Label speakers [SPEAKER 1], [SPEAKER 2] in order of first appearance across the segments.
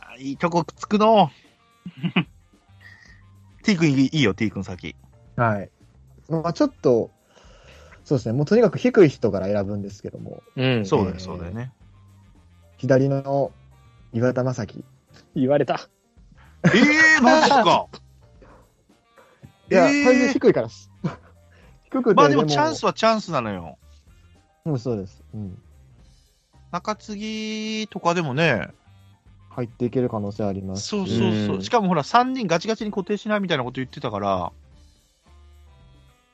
[SPEAKER 1] あいいとこくっつくの う。T 君いいいいよ、T 君先。
[SPEAKER 2] はい。まあちょっと、そうですね。もうとにかく低い人から選ぶんですけども、
[SPEAKER 3] うん。
[SPEAKER 1] そうだよ、そうだよね。
[SPEAKER 2] 左の岩田正樹。
[SPEAKER 3] 言われた。
[SPEAKER 1] ええー、マジ か。
[SPEAKER 2] いや、
[SPEAKER 1] えー
[SPEAKER 2] 体重低いからし。 低くて、
[SPEAKER 1] まあでもチャンスはチャンスなのよ。
[SPEAKER 2] うん、そうです。うん。
[SPEAKER 1] 中継ぎとかでもね、
[SPEAKER 2] 入っていける可能性ありますし。
[SPEAKER 1] そうそうそうう。
[SPEAKER 3] ん
[SPEAKER 1] しかもほら、3人ガチガチに固定しないみたいなこと言ってたから、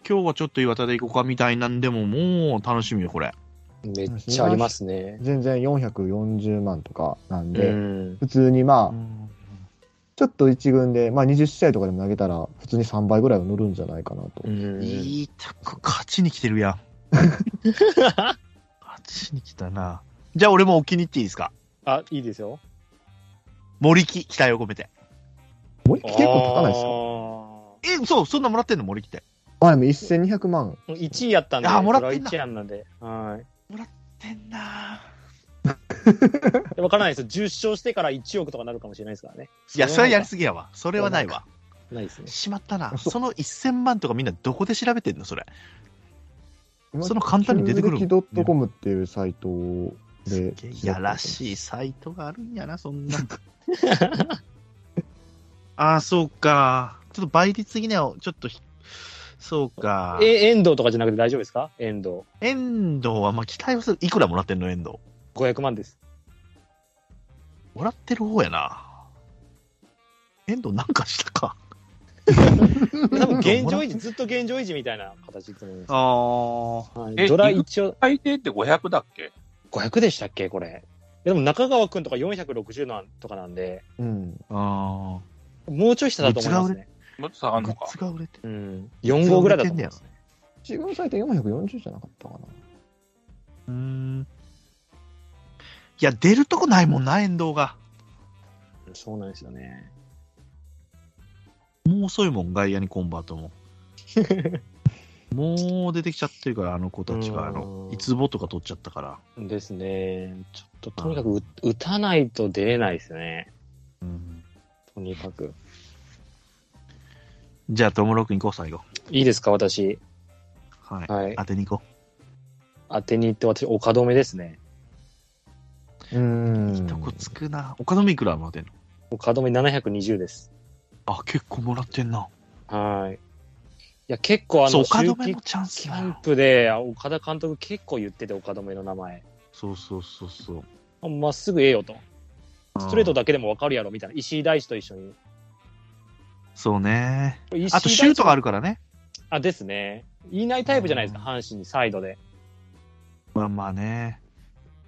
[SPEAKER 1] 今日はちょっと岩田で行こうかみたいなんでも、もう楽しみよ、これ。
[SPEAKER 3] めっちゃありますね。
[SPEAKER 2] 全然440万とかなん
[SPEAKER 3] う
[SPEAKER 2] で、
[SPEAKER 3] ん。
[SPEAKER 2] 普通にまあ、
[SPEAKER 1] うん
[SPEAKER 2] ちょっと一軍で、まあ20試合とかでも投げたら、普通に3倍ぐらいは乗るんじゃないかなと。
[SPEAKER 3] うん
[SPEAKER 1] いいとこ、勝ちに来てる やん。勝ちに来たな。じゃあ俺もお気に入っていいですか
[SPEAKER 3] あ、いいですよ。
[SPEAKER 1] 森木、期待を込めて。
[SPEAKER 2] もう一結構高ないですよ。
[SPEAKER 3] よ。
[SPEAKER 1] え、そう、そんなもらってんの森木って。
[SPEAKER 2] あ、でも1200万。
[SPEAKER 3] 1位やったんで。
[SPEAKER 1] あーもらってんだ
[SPEAKER 3] 1位なんで。はい。
[SPEAKER 1] てんな
[SPEAKER 3] でわからないですよ。10勝してから1億とかなるかもしれないですからね。
[SPEAKER 1] いや、それはやり
[SPEAKER 3] す
[SPEAKER 1] すぎやわ。それはないわ。
[SPEAKER 3] ないですね。
[SPEAKER 1] しまったな。
[SPEAKER 2] そう
[SPEAKER 1] その1000万とかみんなどこで調べてんのそれ。
[SPEAKER 2] 今
[SPEAKER 1] その簡単に出てくるもん
[SPEAKER 2] 旧暦 .com っていうサイトで。
[SPEAKER 1] いやらしいサイトがあるんやな、そんな。 ああ、そうか。ちょっと倍率的には、ちょっとひ、そうか。
[SPEAKER 3] え、遠藤とかじゃなくて大丈夫ですか遠藤。
[SPEAKER 1] 遠藤は、まあ、期待をする。いくらもらってんの、遠藤。
[SPEAKER 3] 500万です。
[SPEAKER 1] もらってる方やな。遠藤なんかしたか。
[SPEAKER 3] 多分現状維持、ずっと現状維持みたいな形だと思います。
[SPEAKER 4] ああ。
[SPEAKER 3] はい
[SPEAKER 4] え
[SPEAKER 3] ドラ
[SPEAKER 4] いく
[SPEAKER 3] 一応、
[SPEAKER 4] 最低って500だっけ
[SPEAKER 3] 500でしたっけこれ。でも中川くんとか460なんとかなんで、
[SPEAKER 2] うん。
[SPEAKER 1] あ
[SPEAKER 3] もうちょい下だと思いますね。
[SPEAKER 4] もっと下が
[SPEAKER 1] あ。
[SPEAKER 4] る
[SPEAKER 1] グ
[SPEAKER 4] のか
[SPEAKER 1] ッ。ズが売れてる。
[SPEAKER 3] うん。4号ぐらいだと思います。
[SPEAKER 2] 一軍サイト440じゃなかったかな。
[SPEAKER 1] うーん。いや、出るとこないもんな、遠藤が。
[SPEAKER 3] そうなんですよね。
[SPEAKER 1] もう遅いもん、外野にコンバート も。もう出てきちゃってるから、あの子たちが、あの
[SPEAKER 3] う、ん
[SPEAKER 1] いつぼとか取っちゃったから。
[SPEAKER 3] ですね。ちょっととにかくう打たないと出れないですね。
[SPEAKER 1] うん
[SPEAKER 3] とにかく。
[SPEAKER 1] じゃあ、トモロ君行こう、最後。
[SPEAKER 3] いいですか私。
[SPEAKER 1] はい。
[SPEAKER 3] はい。
[SPEAKER 1] 当てに行こ
[SPEAKER 3] 当てに行って私、岡留ですね。
[SPEAKER 2] うーん。
[SPEAKER 1] う。いいとこつくな。岡野いくらもらってんの
[SPEAKER 3] 岡留720です。
[SPEAKER 1] あ、結構もらってんな。
[SPEAKER 3] はい。いや、結構あ
[SPEAKER 1] そう、
[SPEAKER 3] の、
[SPEAKER 1] 岡
[SPEAKER 3] 秋
[SPEAKER 1] 野
[SPEAKER 3] 季
[SPEAKER 1] もチャンス
[SPEAKER 3] キ
[SPEAKER 1] だ
[SPEAKER 3] ャン
[SPEAKER 1] よ。
[SPEAKER 3] プで、あ岡田監督結構言ってて、岡留の名前。
[SPEAKER 1] そうそうそうそう。
[SPEAKER 3] あまっすぐええよと。ストレート
[SPEAKER 1] だ。
[SPEAKER 3] だけでも分かるやろみたいな。石井大地と一緒に。
[SPEAKER 1] そうね。
[SPEAKER 3] 石井大地
[SPEAKER 1] あと、シュートがあるからね。
[SPEAKER 3] あ、ですね。いないタイプじゃないですか、阪神にサイドで。
[SPEAKER 1] まあまあね。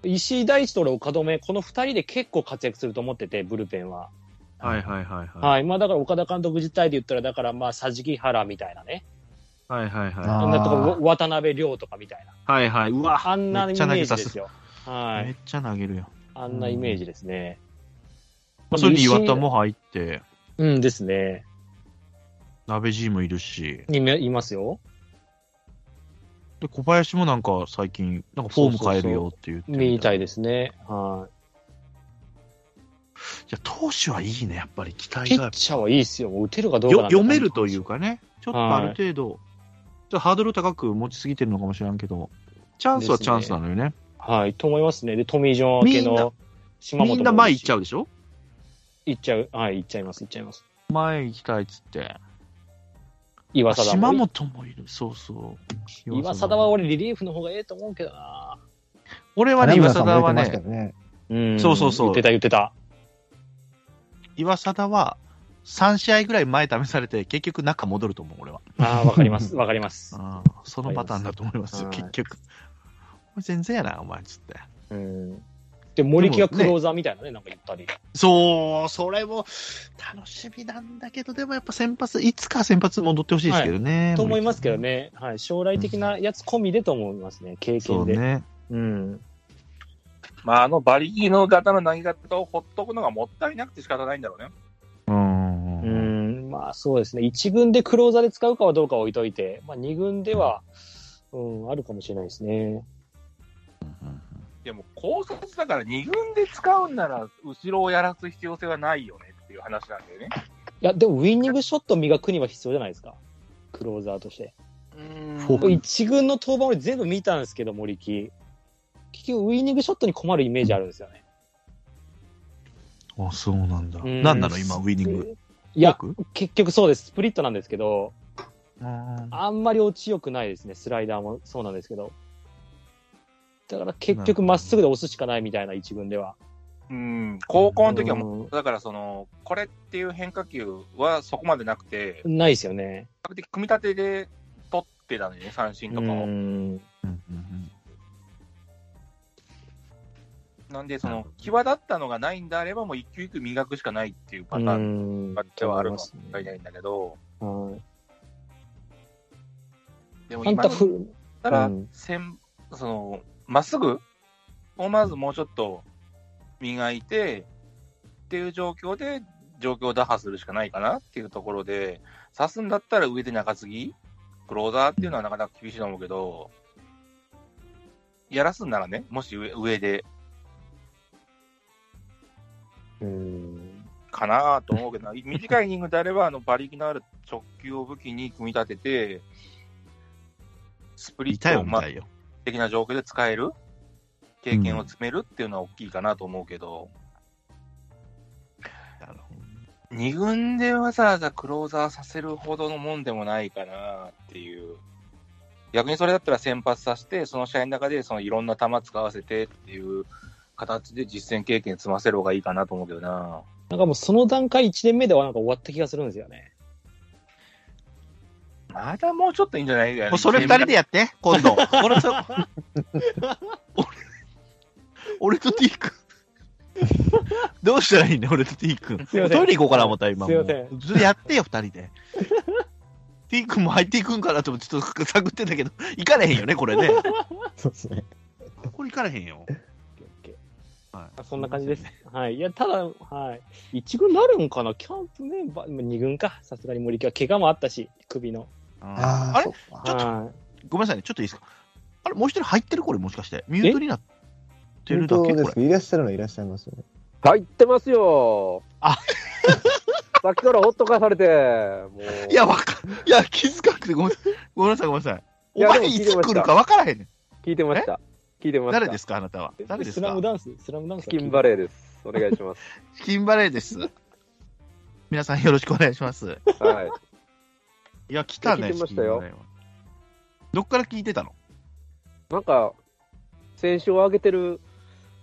[SPEAKER 3] 石井大地と俺、岡留、この二人で結構活躍すると思ってて、ブルペンは。
[SPEAKER 1] はいはいはいは
[SPEAKER 3] はい。まあだから岡田監督自体で言ったら、だからまあ、佐敷原みたいなね。
[SPEAKER 1] い。はいはい
[SPEAKER 2] あ
[SPEAKER 1] は
[SPEAKER 2] ー
[SPEAKER 3] なんとかわ渡辺亮とかみたいな。
[SPEAKER 1] い。はいはい。うわ、
[SPEAKER 3] あんな
[SPEAKER 1] め
[SPEAKER 3] イメ
[SPEAKER 1] っちゃ投げ
[SPEAKER 3] ージ
[SPEAKER 1] さ
[SPEAKER 3] で
[SPEAKER 1] せ
[SPEAKER 3] すよ。は
[SPEAKER 1] めっ
[SPEAKER 3] い。
[SPEAKER 1] ちゃ投げるよ。
[SPEAKER 3] あんなイメージですね。
[SPEAKER 1] まあ、それで岩田も入って、
[SPEAKER 3] うんですね。
[SPEAKER 1] 鍋爺もいるし、
[SPEAKER 3] いめいますよ。
[SPEAKER 1] で、小林もなんか最近、なんかフォーム変えるよって言って
[SPEAKER 3] みたい
[SPEAKER 1] で。
[SPEAKER 3] ですね。はい。
[SPEAKER 1] いや、投手はいいね、やっぱり期待
[SPEAKER 3] ピ
[SPEAKER 1] が
[SPEAKER 3] ッ。チャーはいいですよ。もう打てるかどうか
[SPEAKER 1] よ
[SPEAKER 3] なんて
[SPEAKER 1] 読めるという。かね、ちょっと
[SPEAKER 3] は
[SPEAKER 1] あ
[SPEAKER 3] い
[SPEAKER 1] る程度、ちょっとハードル高く持ちすぎてるのかもしれんけど、チャンスはチャンスなのよね。
[SPEAKER 3] はい、と思いますね。で、トミー・ジョン明け
[SPEAKER 1] みんな
[SPEAKER 3] の島本
[SPEAKER 1] みんな前行っちゃ
[SPEAKER 3] う。
[SPEAKER 1] うでしょ
[SPEAKER 3] 行っちゃう。はい、行っちゃいます、行っちゃいます。
[SPEAKER 1] 前行きたいっつって。
[SPEAKER 3] 岩貞も。
[SPEAKER 1] 島本もいる。そうそう。
[SPEAKER 3] 岩貞は俺、リリーフの方がええと思うけどな。
[SPEAKER 1] 俺はね、岩貞は
[SPEAKER 2] 金村さんも
[SPEAKER 1] ね
[SPEAKER 2] 出てましたよ、ね。
[SPEAKER 3] うん
[SPEAKER 1] そうそうそう
[SPEAKER 3] 言ってた、言ってた。
[SPEAKER 1] 岩貞は3試合ぐらい前試されて、結局中戻ると思う、俺は。
[SPEAKER 3] ああ、わかります、わか ります。
[SPEAKER 1] うんそのパターンだと思いますよ、
[SPEAKER 3] はい
[SPEAKER 1] 結局。お前全然やな、お前っつって。
[SPEAKER 3] うん。で、森木がクローザーみたいなね、なんか言ったり。
[SPEAKER 1] そう、それも楽しみなんだけど、でもやっぱ先発、いつか先発戻ってほしいですけどね。
[SPEAKER 3] と思いますけどね。はい、将来的なやつ込みでと思いますね、経
[SPEAKER 1] そ
[SPEAKER 3] 験
[SPEAKER 1] う
[SPEAKER 3] で。
[SPEAKER 1] ね。
[SPEAKER 3] うん。
[SPEAKER 4] まあ、あの馬力の型の投げ方をほっとくのがもったいなくて仕方ないんだろうね。
[SPEAKER 1] うん。
[SPEAKER 3] うん、まあそうですね。1軍でクローザーで使うかはどうかは置いといて、まあ2軍では、うん、あるかもしれないですね。
[SPEAKER 4] いっても、高卒だから2軍で使うんなら、後ろをやらす必要性はないよねっていう話なんだよね。
[SPEAKER 3] いや、でもウィニングショット磨くには必要じゃないですか。クローザーとして。
[SPEAKER 1] フォーク
[SPEAKER 3] 一軍の登板俺全部見たんですけど、森木。結局、ウィニングショットに困るイメージあるんですよね。
[SPEAKER 1] あ、そうなんだ。
[SPEAKER 3] うん
[SPEAKER 1] なんなの今、ウィニング。
[SPEAKER 3] いや、
[SPEAKER 1] フォーク
[SPEAKER 3] 結局そうです。スプリットなんですけど、
[SPEAKER 1] あ
[SPEAKER 3] あんまり落ちよくないですね。スライダーもそうなんですけど。だから結局まっすぐで押すしかないみたいな一軍では。
[SPEAKER 4] うん、高校の時はもう、
[SPEAKER 3] う
[SPEAKER 4] だからその、これっていう変化球はそこまでなくて、比
[SPEAKER 3] んないですよね。
[SPEAKER 4] 較的組み立てで取ってたのよね、三振と
[SPEAKER 3] う
[SPEAKER 4] かを。
[SPEAKER 3] ん。
[SPEAKER 1] ーうんうんうん
[SPEAKER 4] なんで、そ
[SPEAKER 1] なる
[SPEAKER 4] の
[SPEAKER 1] ほど、
[SPEAKER 4] 際立ったのがないんであれば、もう一球一球磨くしかないっていうパターン
[SPEAKER 3] ン
[SPEAKER 4] がではあるかもしれないんだけど、でも
[SPEAKER 3] あん
[SPEAKER 4] 今
[SPEAKER 3] た
[SPEAKER 4] だっ
[SPEAKER 3] ふる、
[SPEAKER 4] たら
[SPEAKER 3] うん、
[SPEAKER 4] 先その、まっすぐをまずもうちょっと磨いて、っていう状況で、状況を打破するしかないかなっていうところで、刺すんだったら上で中継ぎ、クローザーっていうのはなかなか厳しいと思うけど、やらすんならね、もし上上で
[SPEAKER 3] うん。
[SPEAKER 4] かなと思うけど な、短いイニングであれば、あの馬力のある直球を武器に組み立てて、スプリッ
[SPEAKER 1] いた
[SPEAKER 4] ト
[SPEAKER 1] よ、
[SPEAKER 4] を
[SPEAKER 1] み
[SPEAKER 4] まあ
[SPEAKER 1] たいよ。
[SPEAKER 4] 的な状況で使える、経験を積めるっていうのは大きいかなと思うけど、
[SPEAKER 1] なるほど
[SPEAKER 4] 2軍でわざわざクローザーさせるほどのもんでもないかなっていう。逆にそれだったら先発させて、その試合の中でそのいろんな球使わせてっていう形で実戦経験積ませる方がいいかなと思うけどな。
[SPEAKER 3] なんかもうその段階1年目ではなんか終わった気がするんですよね。
[SPEAKER 4] まだもうちょっといいんじゃない
[SPEAKER 1] もうそれ二人でやって、今度。俺と、俺 俺と T 君。どうしたらいいんだよ、俺と T 君。
[SPEAKER 3] すいません
[SPEAKER 1] トイレ行こうかな、思った、今。
[SPEAKER 3] すいません
[SPEAKER 1] もうずっとやってよ、二人で。T 君も入っていくんかなと思って、ちょっと探ってんだけど、行かれへんよね、これね。
[SPEAKER 2] そうですね。
[SPEAKER 1] これ行かれへんよ。
[SPEAKER 3] あそんな感じです。はい。いや、ただ、はい。一軍なるんかなキャンプメンバー、まあ二軍か。さすがに森木は怪我もあったし、首の。
[SPEAKER 1] あーあ
[SPEAKER 2] ああ、
[SPEAKER 1] れ
[SPEAKER 2] そうか。
[SPEAKER 1] ちょっと
[SPEAKER 3] は
[SPEAKER 1] ごめんなさいね、ちょっといいですか。あれ、もう一人入ってるこれ、もしかして。ミュートになってるだけ
[SPEAKER 2] 本当
[SPEAKER 1] こ
[SPEAKER 2] で
[SPEAKER 1] れ
[SPEAKER 2] す。いらっしゃるのいらっしゃいますよね。
[SPEAKER 5] 入ってますよ。
[SPEAKER 1] あ
[SPEAKER 5] さっきからほっとかされて、もう。
[SPEAKER 1] いや、わか、いや、気づかなくてごめん、ごめんなさい、ごめんなさい。
[SPEAKER 5] い
[SPEAKER 1] お
[SPEAKER 5] や
[SPEAKER 1] 前
[SPEAKER 5] でも
[SPEAKER 1] い
[SPEAKER 5] 聞い
[SPEAKER 1] つ
[SPEAKER 5] てまし
[SPEAKER 1] 来
[SPEAKER 5] た
[SPEAKER 1] るかわからへんねん。
[SPEAKER 5] 聞いてました。聞いてました。
[SPEAKER 1] 誰ですか、あなたは。
[SPEAKER 3] い。
[SPEAKER 1] 誰です
[SPEAKER 3] スラ
[SPEAKER 1] か
[SPEAKER 3] ム。ダンス、スラムダンス
[SPEAKER 5] チキンバ
[SPEAKER 3] レ
[SPEAKER 5] レーです。お願いします。
[SPEAKER 1] チキンバレーです。皆さんよろしくお願いします。
[SPEAKER 5] はい。
[SPEAKER 1] いや、来た
[SPEAKER 5] い
[SPEAKER 1] ね、
[SPEAKER 5] や聞いてましたよ
[SPEAKER 1] チキンバレーはどっから聞いてたの
[SPEAKER 5] なんか、選手を上げてる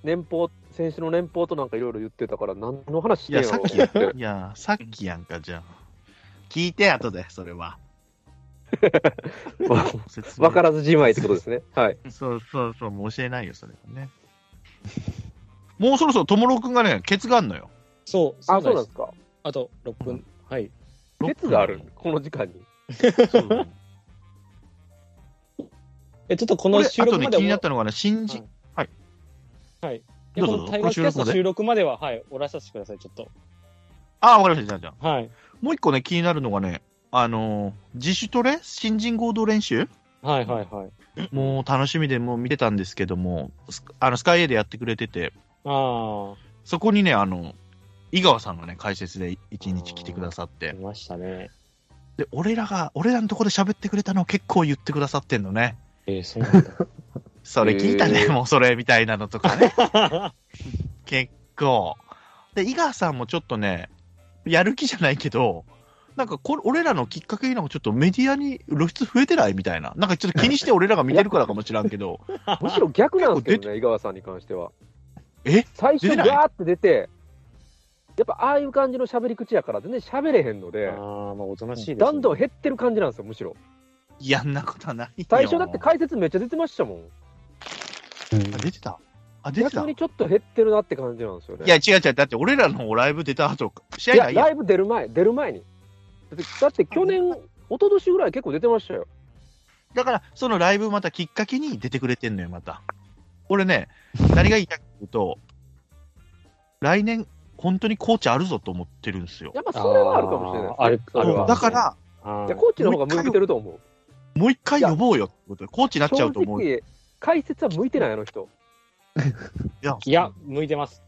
[SPEAKER 5] 年俸、選手の年俸となんかいろいろ言ってたから、何の話し
[SPEAKER 1] い
[SPEAKER 5] て
[SPEAKER 1] や、
[SPEAKER 5] んや
[SPEAKER 1] さっ
[SPEAKER 5] ろ
[SPEAKER 1] きや。いや、さっきやんか、じゃあ。聞いて、後で、それ は。
[SPEAKER 5] わ
[SPEAKER 1] 説明
[SPEAKER 5] わからずじまいってことですね。はい。
[SPEAKER 1] そうそうそう、もう教えないよ、それはね。もうそろそろ、ともろくんがね、ケツがあんのよ。
[SPEAKER 3] そう、
[SPEAKER 5] あ、そう
[SPEAKER 3] で
[SPEAKER 5] なん
[SPEAKER 3] す
[SPEAKER 5] ですか。
[SPEAKER 3] あと6分。はい。
[SPEAKER 5] 熱がある。この 時間に。
[SPEAKER 1] そう
[SPEAKER 3] え、ちょっとこ
[SPEAKER 1] こ
[SPEAKER 3] の
[SPEAKER 1] れ、
[SPEAKER 3] 収
[SPEAKER 1] あと
[SPEAKER 3] 録
[SPEAKER 1] ね、
[SPEAKER 3] まで
[SPEAKER 1] 気にな
[SPEAKER 3] は
[SPEAKER 1] ったのがね、新人、
[SPEAKER 3] いやこ
[SPEAKER 1] どう
[SPEAKER 3] の
[SPEAKER 1] ぞ
[SPEAKER 3] タイガースキャス
[SPEAKER 1] この収録ま
[SPEAKER 3] ト
[SPEAKER 1] で
[SPEAKER 3] 収録までは、はい、おらさせてください、ちょっと。
[SPEAKER 1] ああ、わかりました、じゃあ、じゃあ。
[SPEAKER 3] はい。
[SPEAKER 1] もう一個ね、気になるのがね、あのー自主トレ新人合同練習
[SPEAKER 3] はい、はい、はい。
[SPEAKER 1] もう楽しみでもう見てたんですけども、スあのスカイエでやってくれてて、
[SPEAKER 3] ああ、
[SPEAKER 1] そこにね、あの、井川さんがね、解説で一日来てくださって
[SPEAKER 3] い、ましたね。
[SPEAKER 1] で、俺らが、俺らのところで喋ってくれたのを結構言ってくださってんのね。
[SPEAKER 3] えー、そうなん
[SPEAKER 1] それ聞いたね、
[SPEAKER 5] へー
[SPEAKER 1] もうそれみたいなのとか ね、
[SPEAKER 3] だ。
[SPEAKER 1] 結構。で、井川さんもちょっとね、やる気じゃないけど、なんかこれ、俺らのきっかけになんかちょっとメディアに露出増えてないみたいな。なんかちょっと気にして俺らが見てるからかもしらんけど、
[SPEAKER 5] むしろ逆なんですけどね、井川さんに関しては。
[SPEAKER 1] え
[SPEAKER 5] 最初、
[SPEAKER 1] 出て
[SPEAKER 5] ガ
[SPEAKER 1] ない
[SPEAKER 5] ーって出て、やっぱああいう感じの喋り口やから、全然喋れへんの
[SPEAKER 3] あ
[SPEAKER 5] で、
[SPEAKER 3] あ、まあ、おとなしいです、
[SPEAKER 5] どんどん減ってる感じなんですよ、むしろ。
[SPEAKER 1] いやんなことはないよ。
[SPEAKER 5] 最初だって解説めっちゃ出てましたもん。
[SPEAKER 1] あ出てたあ、出てた
[SPEAKER 5] 逆にちょっと減ってるなって感じなんですよね。
[SPEAKER 1] いや、違う違う。だって俺らのライブ出た後、試合
[SPEAKER 5] いや
[SPEAKER 1] ないやん
[SPEAKER 5] ライブ出る前、出る前に。だってだって去年、一昨年ぐらい結構出てましたよ。
[SPEAKER 1] だから、そのライブまたきっかけに出てくれてんのよ、また。俺 ね、何が言いたくていうと、来年、本当にコーチあるぞと思ってるんですよ。
[SPEAKER 5] やっぱそれはあるかもしれないですね。
[SPEAKER 3] あるあるわ
[SPEAKER 1] だから、
[SPEAKER 5] い
[SPEAKER 3] は
[SPEAKER 5] や、コーチの方が向いてると思う。
[SPEAKER 1] もう一回呼ぼうよってことで、コーチになっちゃうと思う。
[SPEAKER 5] 正直、解説は向いてない、あの人。
[SPEAKER 1] や
[SPEAKER 3] いや、向い てます。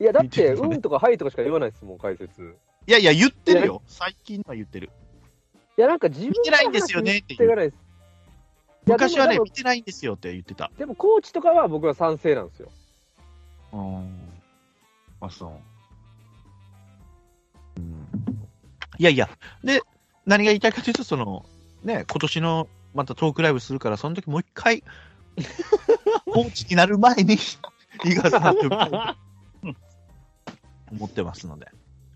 [SPEAKER 5] いや、だっ
[SPEAKER 1] 見て
[SPEAKER 5] て、
[SPEAKER 1] るよね
[SPEAKER 5] うんとかはいとかしか言わないですもん、解説。
[SPEAKER 1] いやいや、言ってるよ。最近は言ってる。
[SPEAKER 5] いや、なんか自分
[SPEAKER 1] 見てないんですよねって
[SPEAKER 5] 言
[SPEAKER 1] いう
[SPEAKER 5] ってないです。いやでも
[SPEAKER 1] 昔はね
[SPEAKER 5] で、も
[SPEAKER 1] 見てないんですよって言ってた。
[SPEAKER 5] でも、コーチとかは僕は賛成なんですよ。
[SPEAKER 1] うん。あ、そう。うん。いやいや、で、何が言いたいかというと、その、ね、今年のまたトークライブするから、その時もう一回、コーチになる前に、井川さん と思ってますので、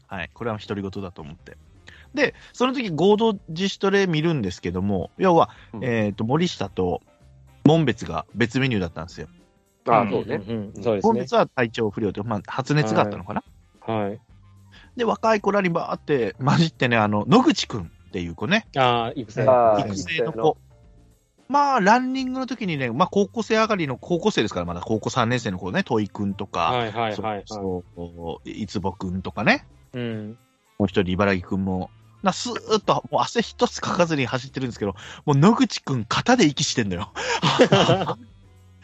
[SPEAKER 1] はい、これは独り言だと思って。で、その時合同自主トレ見るんですけども、要は、
[SPEAKER 5] うん
[SPEAKER 1] えっ、と、森下と門別が別メニューだったんですよ。
[SPEAKER 5] あ
[SPEAKER 4] うん
[SPEAKER 5] あ、そうね。
[SPEAKER 3] うんうんそうです
[SPEAKER 1] 本
[SPEAKER 3] ね
[SPEAKER 1] 日。は体調不良というか、まあ、発熱があったのかな、
[SPEAKER 3] はい。
[SPEAKER 1] で若い子らにバーって混じってねあの野口くんっていう子ね
[SPEAKER 3] ああ、いくつ
[SPEAKER 5] あ
[SPEAKER 2] は
[SPEAKER 5] あ、
[SPEAKER 2] い
[SPEAKER 1] 育
[SPEAKER 5] 聞い
[SPEAKER 1] 成
[SPEAKER 5] た
[SPEAKER 1] の
[SPEAKER 5] よ
[SPEAKER 1] 子まあランニングの時にね、まあ、高校生上がりの高校生ですからまだ高校3年生の子ね戸井くんとか、
[SPEAKER 3] はいはいはい
[SPEAKER 1] そう
[SPEAKER 3] はい。
[SPEAKER 1] そういつぼくんとかね
[SPEAKER 3] うん。
[SPEAKER 1] もう一人茨城くんもなスーッともう汗一つかかずに走ってるんですけどもう野口くん肩で息してんだよ
[SPEAKER 5] な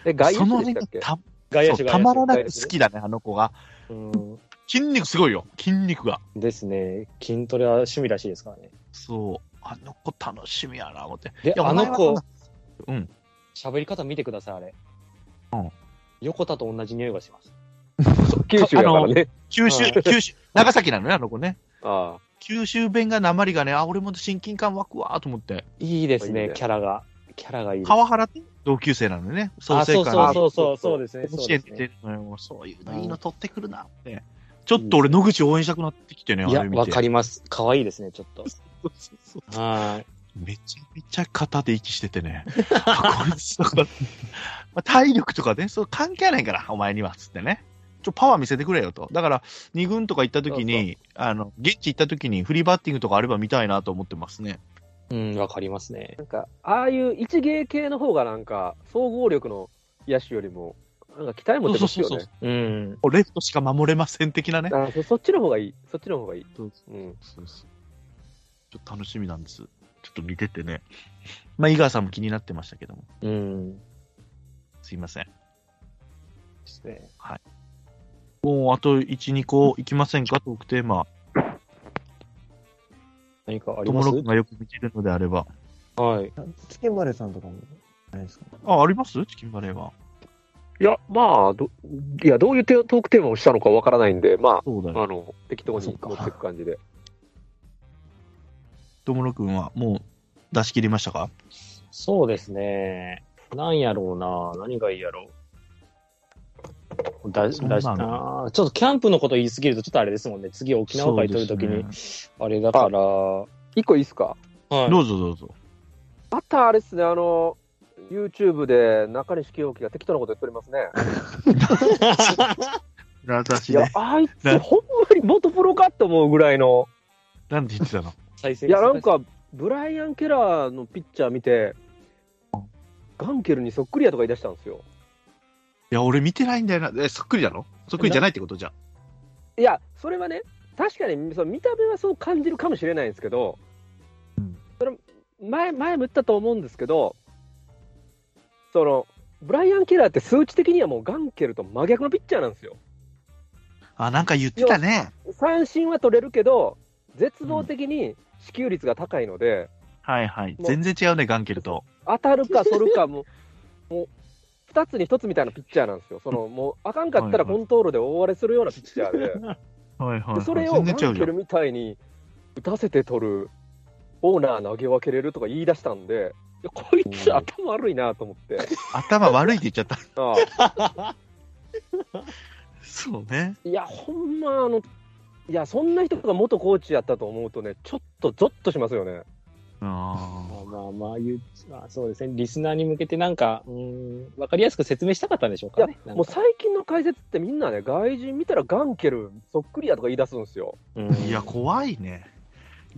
[SPEAKER 5] え、外
[SPEAKER 1] そ
[SPEAKER 5] 野
[SPEAKER 1] の
[SPEAKER 5] 手
[SPEAKER 1] ね
[SPEAKER 5] でしたっけ
[SPEAKER 1] た
[SPEAKER 3] 外野
[SPEAKER 1] そ
[SPEAKER 3] 手
[SPEAKER 1] う
[SPEAKER 3] が。
[SPEAKER 1] たまらなく
[SPEAKER 5] 外野手
[SPEAKER 1] 好きだねあの子が
[SPEAKER 3] うん
[SPEAKER 1] 筋肉すごいよ筋肉が
[SPEAKER 3] ですね。筋トレは趣味らしいですからね。
[SPEAKER 1] そうあの子楽しみやな思って
[SPEAKER 3] で
[SPEAKER 1] い、や
[SPEAKER 3] あの
[SPEAKER 1] お前
[SPEAKER 3] 子
[SPEAKER 1] は、うん。
[SPEAKER 3] 喋り方見てください、あれ。
[SPEAKER 1] うん
[SPEAKER 3] 横田と同じ匂いがします。
[SPEAKER 5] 九州やからね。
[SPEAKER 1] 九州、九州、長崎なのね、あの子ね。
[SPEAKER 5] あ
[SPEAKER 1] 九州弁が鉛がね、あ、俺も親近感湧くわと思って。
[SPEAKER 3] いいです
[SPEAKER 5] いい
[SPEAKER 3] ね、
[SPEAKER 5] ね
[SPEAKER 3] キャラが。キャラがいいです。
[SPEAKER 1] 川原って同級生なのね、創
[SPEAKER 3] あ、そ
[SPEAKER 1] 成
[SPEAKER 3] う
[SPEAKER 1] 館
[SPEAKER 3] そ
[SPEAKER 1] の
[SPEAKER 3] うそうそう、そうですね。
[SPEAKER 1] 甲
[SPEAKER 3] そう
[SPEAKER 1] 子園
[SPEAKER 3] で
[SPEAKER 1] 出
[SPEAKER 3] す
[SPEAKER 1] て
[SPEAKER 3] ね
[SPEAKER 1] るのよ。そういうのいいの取ってくるなって。ちょっと俺、野口応援したくなってきてね、あ
[SPEAKER 3] いや、
[SPEAKER 1] れ見て。
[SPEAKER 3] わかります。可愛いですね、ちょっと。
[SPEAKER 1] そうそうそう
[SPEAKER 3] はい。
[SPEAKER 1] めちゃめちゃ肩で息しててね。あこいつだから、まあ、体力とかね、そう関係ないから、お前には、つってね。ちょ、パワー見せてくれよと。だから、二軍とか行った時に、あの、現地行った時にフリーバッティングとかあれば見たいなと思ってますね。
[SPEAKER 3] うん、わかりますね。
[SPEAKER 5] あ、ああいう一芸系の方がなんか、総合力の野手よりも、なんか期待持てますよ
[SPEAKER 1] そう
[SPEAKER 5] ね
[SPEAKER 1] そう。
[SPEAKER 3] うん。
[SPEAKER 1] レフトしか守れません的なね。
[SPEAKER 5] あそそっちの方がいい。そっちの方がいい。
[SPEAKER 1] そう
[SPEAKER 5] うん。
[SPEAKER 1] そうそうちょっと楽しみなんです。ちょっと見ててね。まあ、井川さんも気になってましたけども。
[SPEAKER 3] うん。
[SPEAKER 1] すいません。
[SPEAKER 3] ですね。
[SPEAKER 1] もう、あと1、2個行きませんかトークテーマ。
[SPEAKER 3] 何かあり
[SPEAKER 1] 友
[SPEAKER 3] ます
[SPEAKER 1] 野くんがよく見てるのであれば。
[SPEAKER 3] はい。
[SPEAKER 2] チキンマレーさんとかも、あれですか、ね、
[SPEAKER 1] あ、ありますチキンバレーは。
[SPEAKER 5] いや、まあ、どいやどういうテートークテーマをしたのかわからないんで、ま
[SPEAKER 1] そうだ
[SPEAKER 5] あ、
[SPEAKER 1] よ。
[SPEAKER 5] あの、適当に持っていく感じで。
[SPEAKER 1] 友野くんはもう出し切りましたか
[SPEAKER 3] そうですね。なんやろうな。何がいいやろう。だ
[SPEAKER 1] そんな
[SPEAKER 3] だ
[SPEAKER 1] の
[SPEAKER 3] しあーちょっとキャンプのこと言いすぎるとちょっとあれですもんね。次沖縄会取ると
[SPEAKER 1] そ
[SPEAKER 3] き
[SPEAKER 1] う
[SPEAKER 3] に
[SPEAKER 1] で、
[SPEAKER 3] あれだから、
[SPEAKER 5] 一個いいっすか
[SPEAKER 3] はい
[SPEAKER 1] どうぞどうぞ。
[SPEAKER 5] またあれっすね、あの、YouTube で中西清輝が適当なこと言っておりますね。 い
[SPEAKER 1] 私
[SPEAKER 5] や、あい
[SPEAKER 1] な
[SPEAKER 5] つ、ほんまに元プロかって思うぐらいの。
[SPEAKER 1] なんて言ってたの
[SPEAKER 3] 再生
[SPEAKER 5] いや、なんか、ブライアン・ケラーのピッチャー見て、ガンケルにそっくりやとか言い出したんですよ。
[SPEAKER 1] いや、俺見てないんだよな。え、そっくりだろそっくりじゃないってことじゃん。
[SPEAKER 5] いや、それはね、確かにその見た目はそう感じるかもしれないんですけど、
[SPEAKER 1] うん
[SPEAKER 5] それ前前も言ったと思うんですけど、そのブライアン・ケラーって数値的にはもうガンケルと真逆のピッチャーなんですよ。
[SPEAKER 1] あ、なんか言ってたね。
[SPEAKER 5] 三振は取れるけど、絶望的に支給率が高いので、
[SPEAKER 1] はいはい。
[SPEAKER 5] もう
[SPEAKER 1] 全然違うね、ガンケルと。
[SPEAKER 5] 当たるか、そるかも、もう2つに1つみたいなピッチャーなんですよ、そのもうあかんかったらコントロールで大荒れするようなピッチャーで、
[SPEAKER 1] はいはい、
[SPEAKER 5] でそれを
[SPEAKER 1] 全
[SPEAKER 5] ガ
[SPEAKER 1] 然違
[SPEAKER 5] ン
[SPEAKER 1] うじゃ
[SPEAKER 5] ケル
[SPEAKER 1] ん。
[SPEAKER 5] みたいに打たせて取る、オーナー投げ分けれるとか言い出したんで、いやこいつ、頭悪いなと思 って、
[SPEAKER 1] 頭悪いって言っちゃった。
[SPEAKER 5] ああ
[SPEAKER 1] そうね。
[SPEAKER 5] いや、ほんまあの、いや、そんな人が元コーチやったと思うとね、ちょっとゾッとしますよね。
[SPEAKER 1] あ
[SPEAKER 3] まあまあまあ言う、まあ、そうですね。リスナーに向けてなんか、うーん、わかりやすく説明したかったんでしょう
[SPEAKER 5] い
[SPEAKER 3] か
[SPEAKER 5] や
[SPEAKER 3] ね。なん
[SPEAKER 5] もう
[SPEAKER 3] か
[SPEAKER 5] 最近の解説ってみんなね、外人見たらガンケルそっくりやとか言い出すんですよ。
[SPEAKER 3] うん
[SPEAKER 1] あ。いや、怖いね。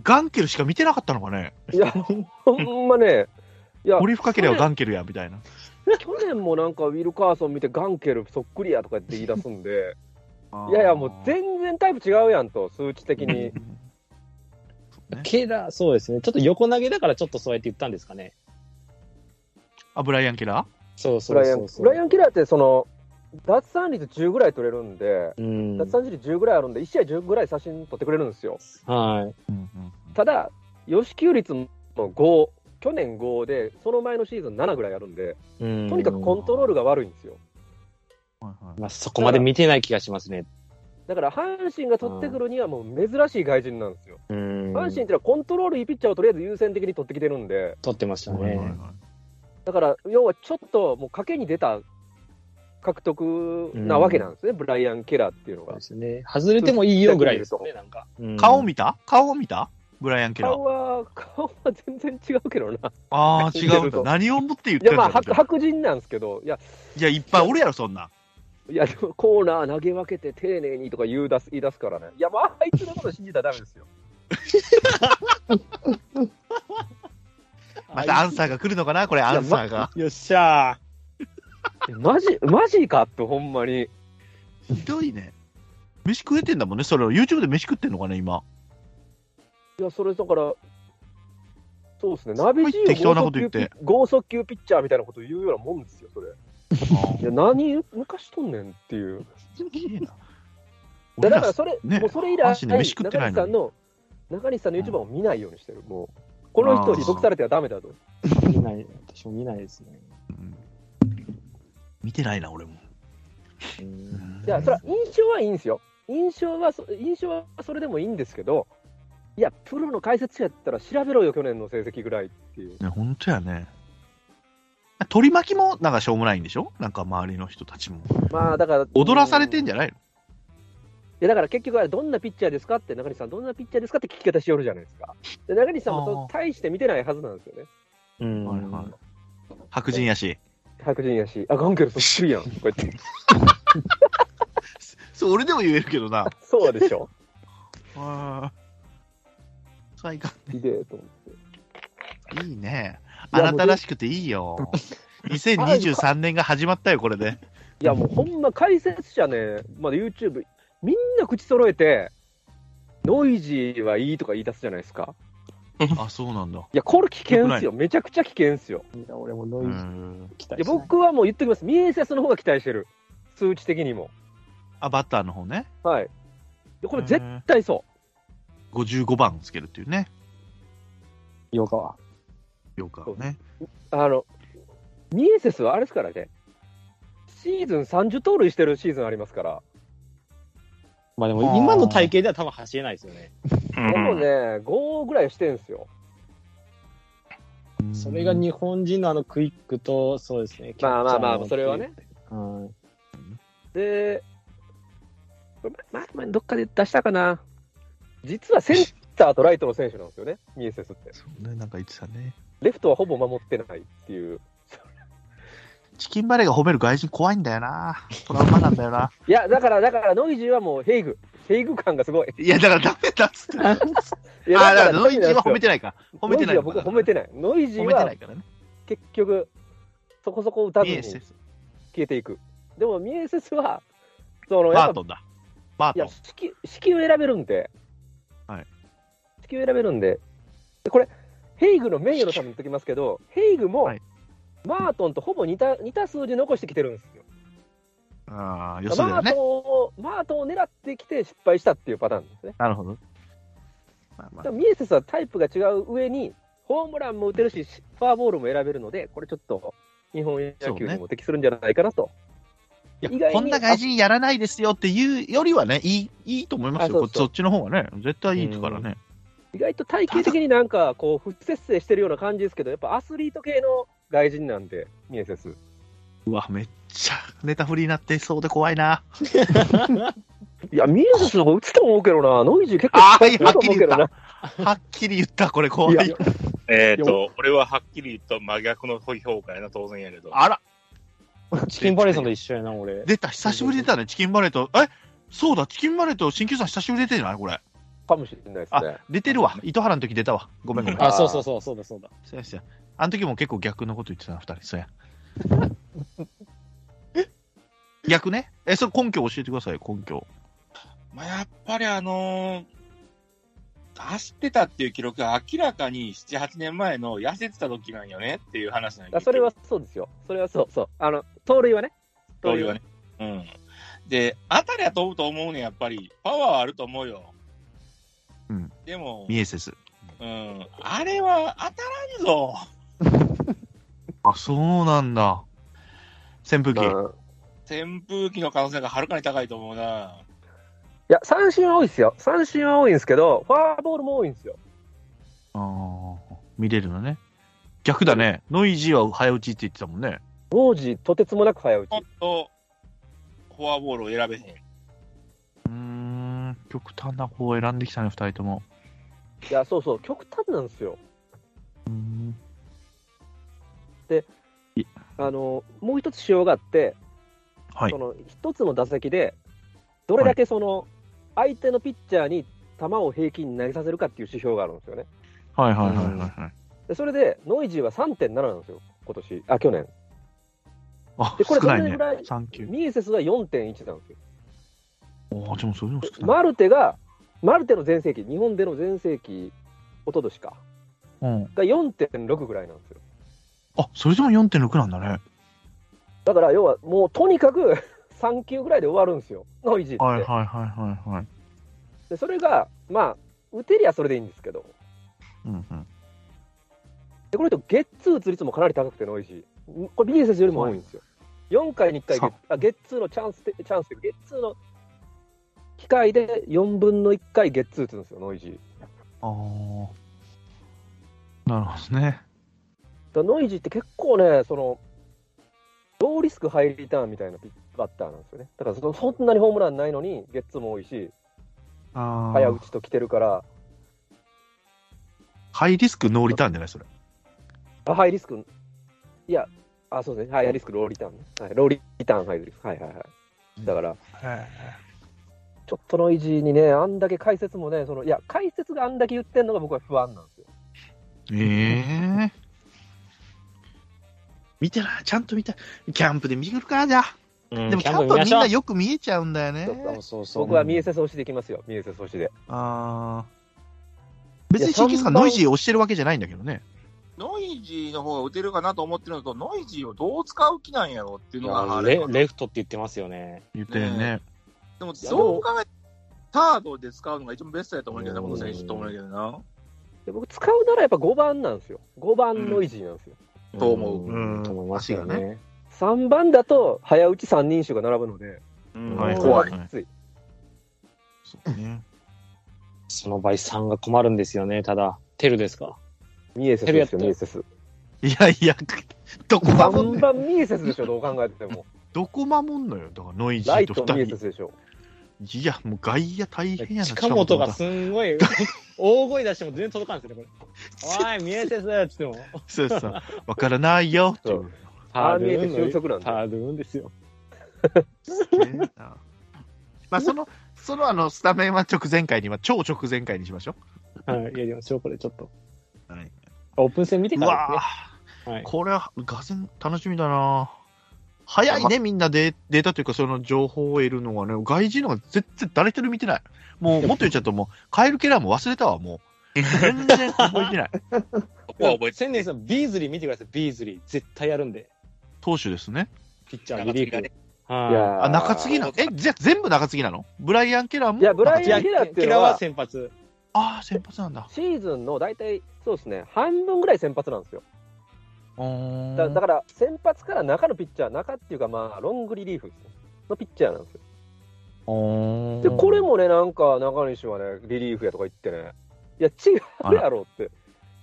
[SPEAKER 1] ガンケルしか見てなかったのかね。
[SPEAKER 5] いや、ほんまね、いや、
[SPEAKER 1] 掘り深ければガンケルや、みたいな。
[SPEAKER 5] 去年もなんかウィルカーソン見てガンケルそっくりやとかって言い出すんで、 いやいや、もう全然タイプ違うやんと、数値的に。
[SPEAKER 1] そうね
[SPEAKER 3] ケラー、そうですね。ちょっと横投げだからちょっとそうやって言ったんですかね。
[SPEAKER 1] あ、ブライアン・ケラー
[SPEAKER 3] そうそ
[SPEAKER 5] ブ
[SPEAKER 3] う
[SPEAKER 5] ライア
[SPEAKER 3] そ
[SPEAKER 5] ン
[SPEAKER 3] う、そ
[SPEAKER 5] ブ
[SPEAKER 3] う。
[SPEAKER 5] ライアン・キラーってその、奪三率10ぐらい取れるんで、
[SPEAKER 3] うん。
[SPEAKER 5] 奪三率10ぐらいあるんで、1試合10ぐらい写真取ってくれるんですよ。
[SPEAKER 3] はい。
[SPEAKER 1] うんうん
[SPEAKER 5] ただ、吉球率も5、去年5で、その前のシーズン7ぐらいあるんで、
[SPEAKER 3] と
[SPEAKER 5] とにかくコントロールが悪いんですよ。
[SPEAKER 1] はいはい
[SPEAKER 3] まあ、そこまで見てない気がしますね。
[SPEAKER 5] だから阪神が取ってくるには、もう珍しい外人なんですよ。
[SPEAKER 3] うん
[SPEAKER 5] 阪神っていうのはコントロールいいピッチャーをとりあえず優先的に取ってきてるんで、
[SPEAKER 3] 撮ってました
[SPEAKER 1] はいはい
[SPEAKER 3] ね。
[SPEAKER 1] はい
[SPEAKER 5] だから要はちょっともう賭けに出た獲得なわけなんですね、ブライアン・ケラーっていうの
[SPEAKER 3] そう
[SPEAKER 5] が
[SPEAKER 3] で。すね。外れてもいいよぐらいです
[SPEAKER 5] そう
[SPEAKER 3] ね、なんか。
[SPEAKER 1] 顔見た顔を見たブライアン・ケラー
[SPEAKER 5] 顔。は、顔は全然違う けどな。
[SPEAKER 1] ああ、違
[SPEAKER 5] 見て
[SPEAKER 1] う
[SPEAKER 5] る
[SPEAKER 1] ん だ。
[SPEAKER 5] と
[SPEAKER 1] 何を思って言っ
[SPEAKER 5] い
[SPEAKER 1] て
[SPEAKER 5] や、
[SPEAKER 1] る
[SPEAKER 5] ま
[SPEAKER 1] の
[SPEAKER 5] あ、白白人なんですけど、いや、
[SPEAKER 1] いや、いっぱいおるやろ、そんなん。
[SPEAKER 5] いや、でもコーナー投げ分けて丁寧にとか言う出す、言い出すからね。いや、もうあいつのこと信じたらダメですよ。
[SPEAKER 1] またアンサーが来るのかなこれ、アンサーが。
[SPEAKER 3] よっしゃ
[SPEAKER 5] マジ、マジかって、ほんまに。
[SPEAKER 1] ひどいね。飯食えてんだもんね、それを。YouTube で飯食ってんのかね、今。
[SPEAKER 5] いや、それだから、そうですね、ナビジ
[SPEAKER 1] すごい
[SPEAKER 5] ー
[SPEAKER 1] 適当なこと言って
[SPEAKER 5] 剛速球ピッチャーみたいなこと言うようなもんですよ、 それ。いや、何抜かしとんねんっていう。だ
[SPEAKER 1] 俺
[SPEAKER 5] からだからそれ、
[SPEAKER 1] ね
[SPEAKER 5] もうそれ以来、
[SPEAKER 1] 阪神で飯食ってないの
[SPEAKER 5] 中西さ
[SPEAKER 1] に
[SPEAKER 5] んの、中西さんの YouTuber を見ないようにしてる、もう。この人に毒されてはダメだと。
[SPEAKER 3] ー。見ない、私も見ないですね。
[SPEAKER 1] 見てないな、俺も。
[SPEAKER 5] いや、それは印象はいいんですよ。印象はそ、印象はそれでもいいんですけど、いや、プロの解説者やったら調べろよ、去年の成績ぐらいっていう。
[SPEAKER 1] ね、本当やね。取り巻きも、なんかしょうもないんでしょなんか周りの人たちも。
[SPEAKER 5] まあ、だから。
[SPEAKER 1] 踊らされてん
[SPEAKER 5] じゃん。い
[SPEAKER 1] じゃないの
[SPEAKER 5] や、だから結局あれ、どんなピッチャーですかって、中西さん、どんなピッチャーですかって聞き方しよるじゃないですか。で中西さんも
[SPEAKER 1] あー
[SPEAKER 5] そ大して見てないはずなんですよね。
[SPEAKER 3] うん。
[SPEAKER 1] はいはい白人やし。
[SPEAKER 5] 白人やし、あ、ガンケルそっくりやん、こう やって。
[SPEAKER 1] そう、俺でも言えるけどな。
[SPEAKER 5] そうでしょ。
[SPEAKER 1] あーそういか
[SPEAKER 5] ひでえと思って。
[SPEAKER 1] いいね。
[SPEAKER 5] い
[SPEAKER 1] あ
[SPEAKER 5] や
[SPEAKER 1] なたらしくていいよ。2023年が始まったよ、これで。
[SPEAKER 5] いや、もうほんま解説者ね、まだ YouTube、みんな口揃えて、ノイジーはいいとか言い出すじゃないですか。
[SPEAKER 1] あ、そうなんだ。
[SPEAKER 5] いや、これ危険っすよ。めちゃくちゃ危険っすよ。
[SPEAKER 3] いや俺もノ
[SPEAKER 1] う
[SPEAKER 3] イズ
[SPEAKER 1] ん。
[SPEAKER 3] 期待
[SPEAKER 5] いや、
[SPEAKER 3] しない。
[SPEAKER 5] 僕はもう言っときます。ミエセスの方が期待してる。数値的にも。
[SPEAKER 1] あ、バッターの方ね。
[SPEAKER 5] はい。いやこれ絶
[SPEAKER 1] え
[SPEAKER 5] 対そ
[SPEAKER 1] ー55番をつけるっていうね。
[SPEAKER 3] ヨガは。
[SPEAKER 1] よかね。
[SPEAKER 5] う。あの、ミエセスはあれですからね。シーズン30盗塁してるシーズンありますから。
[SPEAKER 3] まあでも、今の体型では多分走れないですよね。
[SPEAKER 5] でもね、5ぐらいしてんすよ。
[SPEAKER 3] それが日本人のあのクイックと、そうですね。
[SPEAKER 5] まあまあまあ
[SPEAKER 3] キャッチャーの
[SPEAKER 5] それはね。
[SPEAKER 3] うん。
[SPEAKER 5] で、これま前前どっかで出したかな。実はセンターとライトの選手なんですよね。ミエセスって。
[SPEAKER 1] そうね、なんか言ってたね。
[SPEAKER 5] レフトはほぼ守ってないっていう。
[SPEAKER 1] チキンバレーが褒める外人怖いんだよな。トラウマなんだよな。
[SPEAKER 5] いや、だから、だから、ノイジーはもう、ヘイグ。ヘイグ感がすごい。
[SPEAKER 1] いや、だからダメだっつって。あ、
[SPEAKER 5] いや
[SPEAKER 1] だから
[SPEAKER 5] ダ
[SPEAKER 1] ノイジ
[SPEAKER 5] メなんで
[SPEAKER 1] ー
[SPEAKER 5] すよ
[SPEAKER 1] は褒めてないか。褒めてない
[SPEAKER 5] ノイジー
[SPEAKER 1] の
[SPEAKER 5] は僕
[SPEAKER 1] か
[SPEAKER 5] は褒めてない。ノイジ
[SPEAKER 1] 褒
[SPEAKER 5] ー
[SPEAKER 1] めてな
[SPEAKER 5] はい
[SPEAKER 1] からね。
[SPEAKER 5] 結局、そこそこ打たず
[SPEAKER 1] ミ
[SPEAKER 5] に
[SPEAKER 1] エ
[SPEAKER 5] 消
[SPEAKER 1] セス
[SPEAKER 5] えていく。でも、ミエセスは、その、
[SPEAKER 1] バー
[SPEAKER 5] やっぱ、
[SPEAKER 1] トンだ。バー
[SPEAKER 5] いや
[SPEAKER 1] トン。、
[SPEAKER 5] 式式を選べるんで、
[SPEAKER 1] はい。
[SPEAKER 5] 式を選べるんで、でこれ、ヘイグの名誉のために言っときますけど、ヘイグも、
[SPEAKER 1] はい
[SPEAKER 5] マートンとほぼ似た似た数字残してきてるんですよ。
[SPEAKER 1] ああ、よそだよ
[SPEAKER 5] マー
[SPEAKER 1] ね
[SPEAKER 5] トン。を、マートンを狙ってきて失敗したっていうパターンですね。
[SPEAKER 1] なるほど。まあま
[SPEAKER 5] でもミエセスはタイプが違う上に、ホームランも打てるし、フォアボールも選べるので、これちょっと日本野球にも適するんじゃないかなと。
[SPEAKER 1] い
[SPEAKER 5] 意
[SPEAKER 1] や
[SPEAKER 5] 外に
[SPEAKER 1] こんな外人やらないですよっていうよりはね、いいいいと思いますよ
[SPEAKER 5] あ
[SPEAKER 1] こ
[SPEAKER 5] そう
[SPEAKER 1] っ
[SPEAKER 5] そう
[SPEAKER 1] ちそっちの方がね、絶対いいからね。
[SPEAKER 5] 意外と体型的になんか、こう、不節制してるような感じですけど、やっぱアスリート系の外人なんで、ミエセス。
[SPEAKER 1] うわ、めっちゃネタフリになってそうで怖いな。
[SPEAKER 5] いや、ミエセスの方が打つと思うけどな、ノイジー結構
[SPEAKER 1] ああ、
[SPEAKER 5] 打つ
[SPEAKER 1] はっ
[SPEAKER 5] と
[SPEAKER 1] き
[SPEAKER 5] 思
[SPEAKER 1] り
[SPEAKER 5] うけ
[SPEAKER 1] 言っ
[SPEAKER 5] ど
[SPEAKER 1] た。
[SPEAKER 5] な。
[SPEAKER 1] はっきり言った、これ怖い。
[SPEAKER 5] いや
[SPEAKER 4] えっ、と、俺ははっきり言うと真逆の評価やな、当然やけど。
[SPEAKER 1] あら、
[SPEAKER 3] チキンバレーさんと一緒やな、俺。
[SPEAKER 1] 出た、久しぶりに出たね、チキンバレーと。えそうだ、チキンバレーと新球さん久しぶりに出てんじゃないこれ。
[SPEAKER 5] かもしれないですね。
[SPEAKER 1] 出てるわ。糸原の時出たわ。ごめんごめん。
[SPEAKER 3] あ、そうそうそう、そうだそうだ。
[SPEAKER 1] そうやそうや。あの時も結構逆のこと言ってたな、二人。 そうや。逆ね。え、それ根拠教えてください、根拠。
[SPEAKER 4] まあ、やっぱりあのー走ってたっていう記録が明らかに7、8年前の痩せてた時なんよねっていう話なん
[SPEAKER 5] あ
[SPEAKER 4] や
[SPEAKER 5] それはそうですよ。それはそうそう。あの、盗塁はね。
[SPEAKER 4] そういうね。うん。で、あたりは飛ぶと思うねん、やっぱり。パワーはあると思うよ。
[SPEAKER 1] うん。
[SPEAKER 4] でも、
[SPEAKER 1] ミエセス。
[SPEAKER 4] うん。あれは当たらんぞ。
[SPEAKER 1] あ、そうなんだ。扇風機。
[SPEAKER 5] うん
[SPEAKER 4] 扇風機の可能性がはるかに高いと思うな。
[SPEAKER 5] いや、三振は多いですよ。三振は多いんですけど、フォアボールも多いんですよ。
[SPEAKER 1] あー見れるのね。逆だね。ノイジーは早打ちって言ってたもんね。
[SPEAKER 5] 王子、とてつもなく早打ち
[SPEAKER 4] ほ。んと、フォアボールを選べへん。
[SPEAKER 1] うーん、極端な方を選んできたね、二人とも。
[SPEAKER 5] いや、そうそう、極端なんですよ。
[SPEAKER 1] うーん
[SPEAKER 5] あの、もう一つ仕様があって、
[SPEAKER 1] はい
[SPEAKER 5] そ。の一つの打席で、どれだけその、相手のピッチャーに球を平均に投げさせるかっていう指標があるんですよね。
[SPEAKER 1] はいはいはいはいはい。
[SPEAKER 5] でそれで、ノイジーは3.7なんですよ、今年あ、去年。
[SPEAKER 1] あ、
[SPEAKER 5] でこれ
[SPEAKER 1] 少ない
[SPEAKER 5] どれ
[SPEAKER 1] ね
[SPEAKER 5] ぐら。い
[SPEAKER 1] 3級。
[SPEAKER 5] ミエセスは4.1なんですよ。
[SPEAKER 1] おーでもそれでも少ない。
[SPEAKER 5] マルテが、マルテの全盛期、日本での全盛期、一昨年か、
[SPEAKER 1] うん。
[SPEAKER 5] が4.6ぐらいなんですよ。
[SPEAKER 1] あ、それでも4.6なんだね。
[SPEAKER 5] だから、要はもうとにかく 3球ぐらいで終わるんですよ、ノイジーって。
[SPEAKER 1] はいはいはいはいはい。
[SPEAKER 5] でそれが、まあ、打てりゃそれでいいんですけど、
[SPEAKER 1] うんうん。
[SPEAKER 5] でこの人、ゲッツー打つ率もかなり高くて、ノイジー。これ、ビエセスよりも多いんですよ。4回に1回ゲッ
[SPEAKER 1] さ
[SPEAKER 5] あ、ゲッツーのチャンスで、チャンスで、ゲッツーの機会で4分の1回ゲッツー打つんですよ、ノイジー。だか
[SPEAKER 1] あーなるほどね。
[SPEAKER 5] らノイジーって結構ね、その、ローリスクハイリターンみたいなピッバッターなんですよね。だからその、そんなにホームランないのに、ゲッツーも多いし、
[SPEAKER 1] あ
[SPEAKER 5] 早
[SPEAKER 1] ー
[SPEAKER 5] 打ちと来てるから、
[SPEAKER 1] ハイリスクノーリターンじゃないそれ。
[SPEAKER 5] あハイリスク、いや、あ、そうですね、ハイリスク、ローリターンね、はい、ローリターン、ハイリスク、はいはいはい。だから、ちょっとノイジーにね、あんだけ解説もね、そのいや、解説があんだけ言ってんのが僕は不安なんですよ。
[SPEAKER 1] ええ見てな、ちゃんと見たい。キャンプで見てくるか、じゃあ。
[SPEAKER 3] うん
[SPEAKER 1] でもキャン
[SPEAKER 3] プ
[SPEAKER 1] プ
[SPEAKER 3] 見
[SPEAKER 1] は
[SPEAKER 3] ま
[SPEAKER 1] みん
[SPEAKER 3] しょう
[SPEAKER 1] なよく見えちゃうんだよね。
[SPEAKER 5] そう
[SPEAKER 2] そうそう。
[SPEAKER 5] 僕はミエセス推しでいきますよ、ミエセス推しで。
[SPEAKER 1] ああ。別に
[SPEAKER 5] いや
[SPEAKER 1] CK さ
[SPEAKER 5] そ
[SPEAKER 1] ん
[SPEAKER 5] んな
[SPEAKER 1] ノイジー押してるわけじゃないんだけどね。
[SPEAKER 4] ノイジーの方が打てるかなと思ってるのと、ノイジーをどう使う気なんやろっていうのがあ
[SPEAKER 3] レ
[SPEAKER 4] れ。で
[SPEAKER 3] レフトって言ってますよね。
[SPEAKER 1] 言ってるね。
[SPEAKER 4] も、そう考えサードで使うのが一番ベストやと思うけどな、この選手と思うけどな。
[SPEAKER 5] で僕、使うならやっぱ5番なんですよ。5番ノイジーなんですよ。
[SPEAKER 4] と思う
[SPEAKER 1] うん
[SPEAKER 3] と思いますよ
[SPEAKER 1] 足
[SPEAKER 3] ね。
[SPEAKER 5] 3番だと、早打ち3人衆が並ぶので、
[SPEAKER 4] うん
[SPEAKER 1] はい
[SPEAKER 4] 怖い。
[SPEAKER 5] もうきつい。
[SPEAKER 1] そうね。
[SPEAKER 3] その場合3が困るんですよね、ただ。テルですか。
[SPEAKER 5] ミエセスですよ、ミエセス。
[SPEAKER 1] いやいや、どこ守ん
[SPEAKER 5] 3
[SPEAKER 1] ねん
[SPEAKER 5] 番ミエセスでしょ、どう考え ても。
[SPEAKER 1] どこ守んのよ。だからノイジ
[SPEAKER 5] ライ
[SPEAKER 1] ーと
[SPEAKER 5] トミエ
[SPEAKER 1] 二
[SPEAKER 5] セ
[SPEAKER 1] 人。
[SPEAKER 5] スでしょ。
[SPEAKER 1] いや、もう外野大変やな。
[SPEAKER 3] 近本が
[SPEAKER 1] 近
[SPEAKER 3] すんごい 大声出しても全然届かんですよね、これ。おい、見えてすっつっても。
[SPEAKER 1] そうそう。わからないよっていう。
[SPEAKER 5] ああ見えて俊足なんで
[SPEAKER 3] パ。ールーンですよ。
[SPEAKER 1] ねまあ、その、そのあの、スタメンは直前回に、は超直前回にしましょ
[SPEAKER 3] はい、やりましょう、これちょっと。
[SPEAKER 1] う。はい、
[SPEAKER 3] オープン戦見て
[SPEAKER 1] う
[SPEAKER 3] から
[SPEAKER 1] わ
[SPEAKER 3] ですね。は
[SPEAKER 1] ぁ、
[SPEAKER 3] い。
[SPEAKER 1] これは、がぜん楽しみだな早いね、みんなデデータというか、その情報を得るのはね、外人のが絶対誰一人見てない。もう、もっと言っちゃうと、もう、カエルケラーも忘れたわ、もう。全然覚えてない。
[SPEAKER 4] ここは覚えて
[SPEAKER 3] 千年さん、ビーズリー見てください、ビーズリー。絶対やるんで。
[SPEAKER 1] 投手ですね。
[SPEAKER 3] ピッチャー、リリーフ。はい
[SPEAKER 5] いやー
[SPEAKER 1] あ、中継ぎなのえ、じゃあ全部中継ぎなのブライアン・ケラーも
[SPEAKER 5] いやブラ
[SPEAKER 1] 中
[SPEAKER 5] イ
[SPEAKER 1] 継ぎ
[SPEAKER 5] アン
[SPEAKER 3] いや、
[SPEAKER 5] ケ
[SPEAKER 3] ケラ
[SPEAKER 5] ラー
[SPEAKER 3] ー
[SPEAKER 5] は
[SPEAKER 3] は先発。
[SPEAKER 1] ああ、先発なんだ。
[SPEAKER 5] シーズンの大体、そうですね、半分ぐらい先発なんですよ。
[SPEAKER 1] うーん
[SPEAKER 5] だだから、先発から中のピッチャー、中っていうか、まあ、ロングリリーフですねのピッチャーなんですよ。
[SPEAKER 1] うーん
[SPEAKER 5] で、これもね、なんか、中西はね、リリーフやとか言ってね、いや、違うやろって、い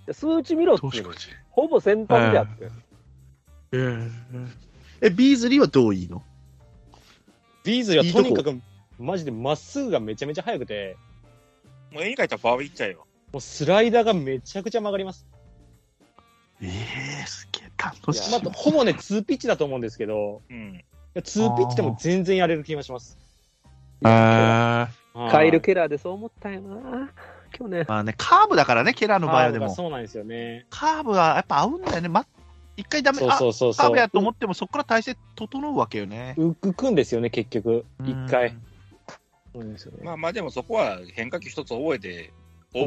[SPEAKER 5] や数値見ろって
[SPEAKER 1] 投
[SPEAKER 5] い
[SPEAKER 1] 手
[SPEAKER 5] うの
[SPEAKER 1] コー、チ
[SPEAKER 5] ほぼ先発やって、
[SPEAKER 1] えビーズリーはどういいの
[SPEAKER 3] ビーズリーはとにかく、マジでまっすぐがめちゃめちゃ速くて、
[SPEAKER 4] もう絵に描いたらパワーいっちゃうよ。
[SPEAKER 3] もうスライダーがめちゃくちゃ曲がります。
[SPEAKER 1] ええすげえ楽し
[SPEAKER 5] い
[SPEAKER 1] い
[SPEAKER 5] や
[SPEAKER 3] まあ、ほぼね、2ピッチだと思うんですけど、
[SPEAKER 4] うん。
[SPEAKER 3] いや2ピッチでも全然やれる気がします。
[SPEAKER 1] ま
[SPEAKER 3] はい
[SPEAKER 5] カイル・ケラーでそう思ったよな、去年。
[SPEAKER 1] あね、カーブだからね、ケラーの場合はで
[SPEAKER 3] カーブが
[SPEAKER 1] も。
[SPEAKER 3] そうなんですよね。
[SPEAKER 1] カーブはやっぱ合うんだよね。ま、一回ダメ、
[SPEAKER 3] そうそうそう
[SPEAKER 1] あ、カー
[SPEAKER 3] そ
[SPEAKER 1] ブやと思
[SPEAKER 3] う。
[SPEAKER 1] っても、そこから体勢整うわけよね。
[SPEAKER 3] う浮くんですよね、結局。一
[SPEAKER 1] う
[SPEAKER 3] 回。
[SPEAKER 1] ん。
[SPEAKER 3] そうなんですよね
[SPEAKER 4] まあまあでもそこは変化球一つ覚えて、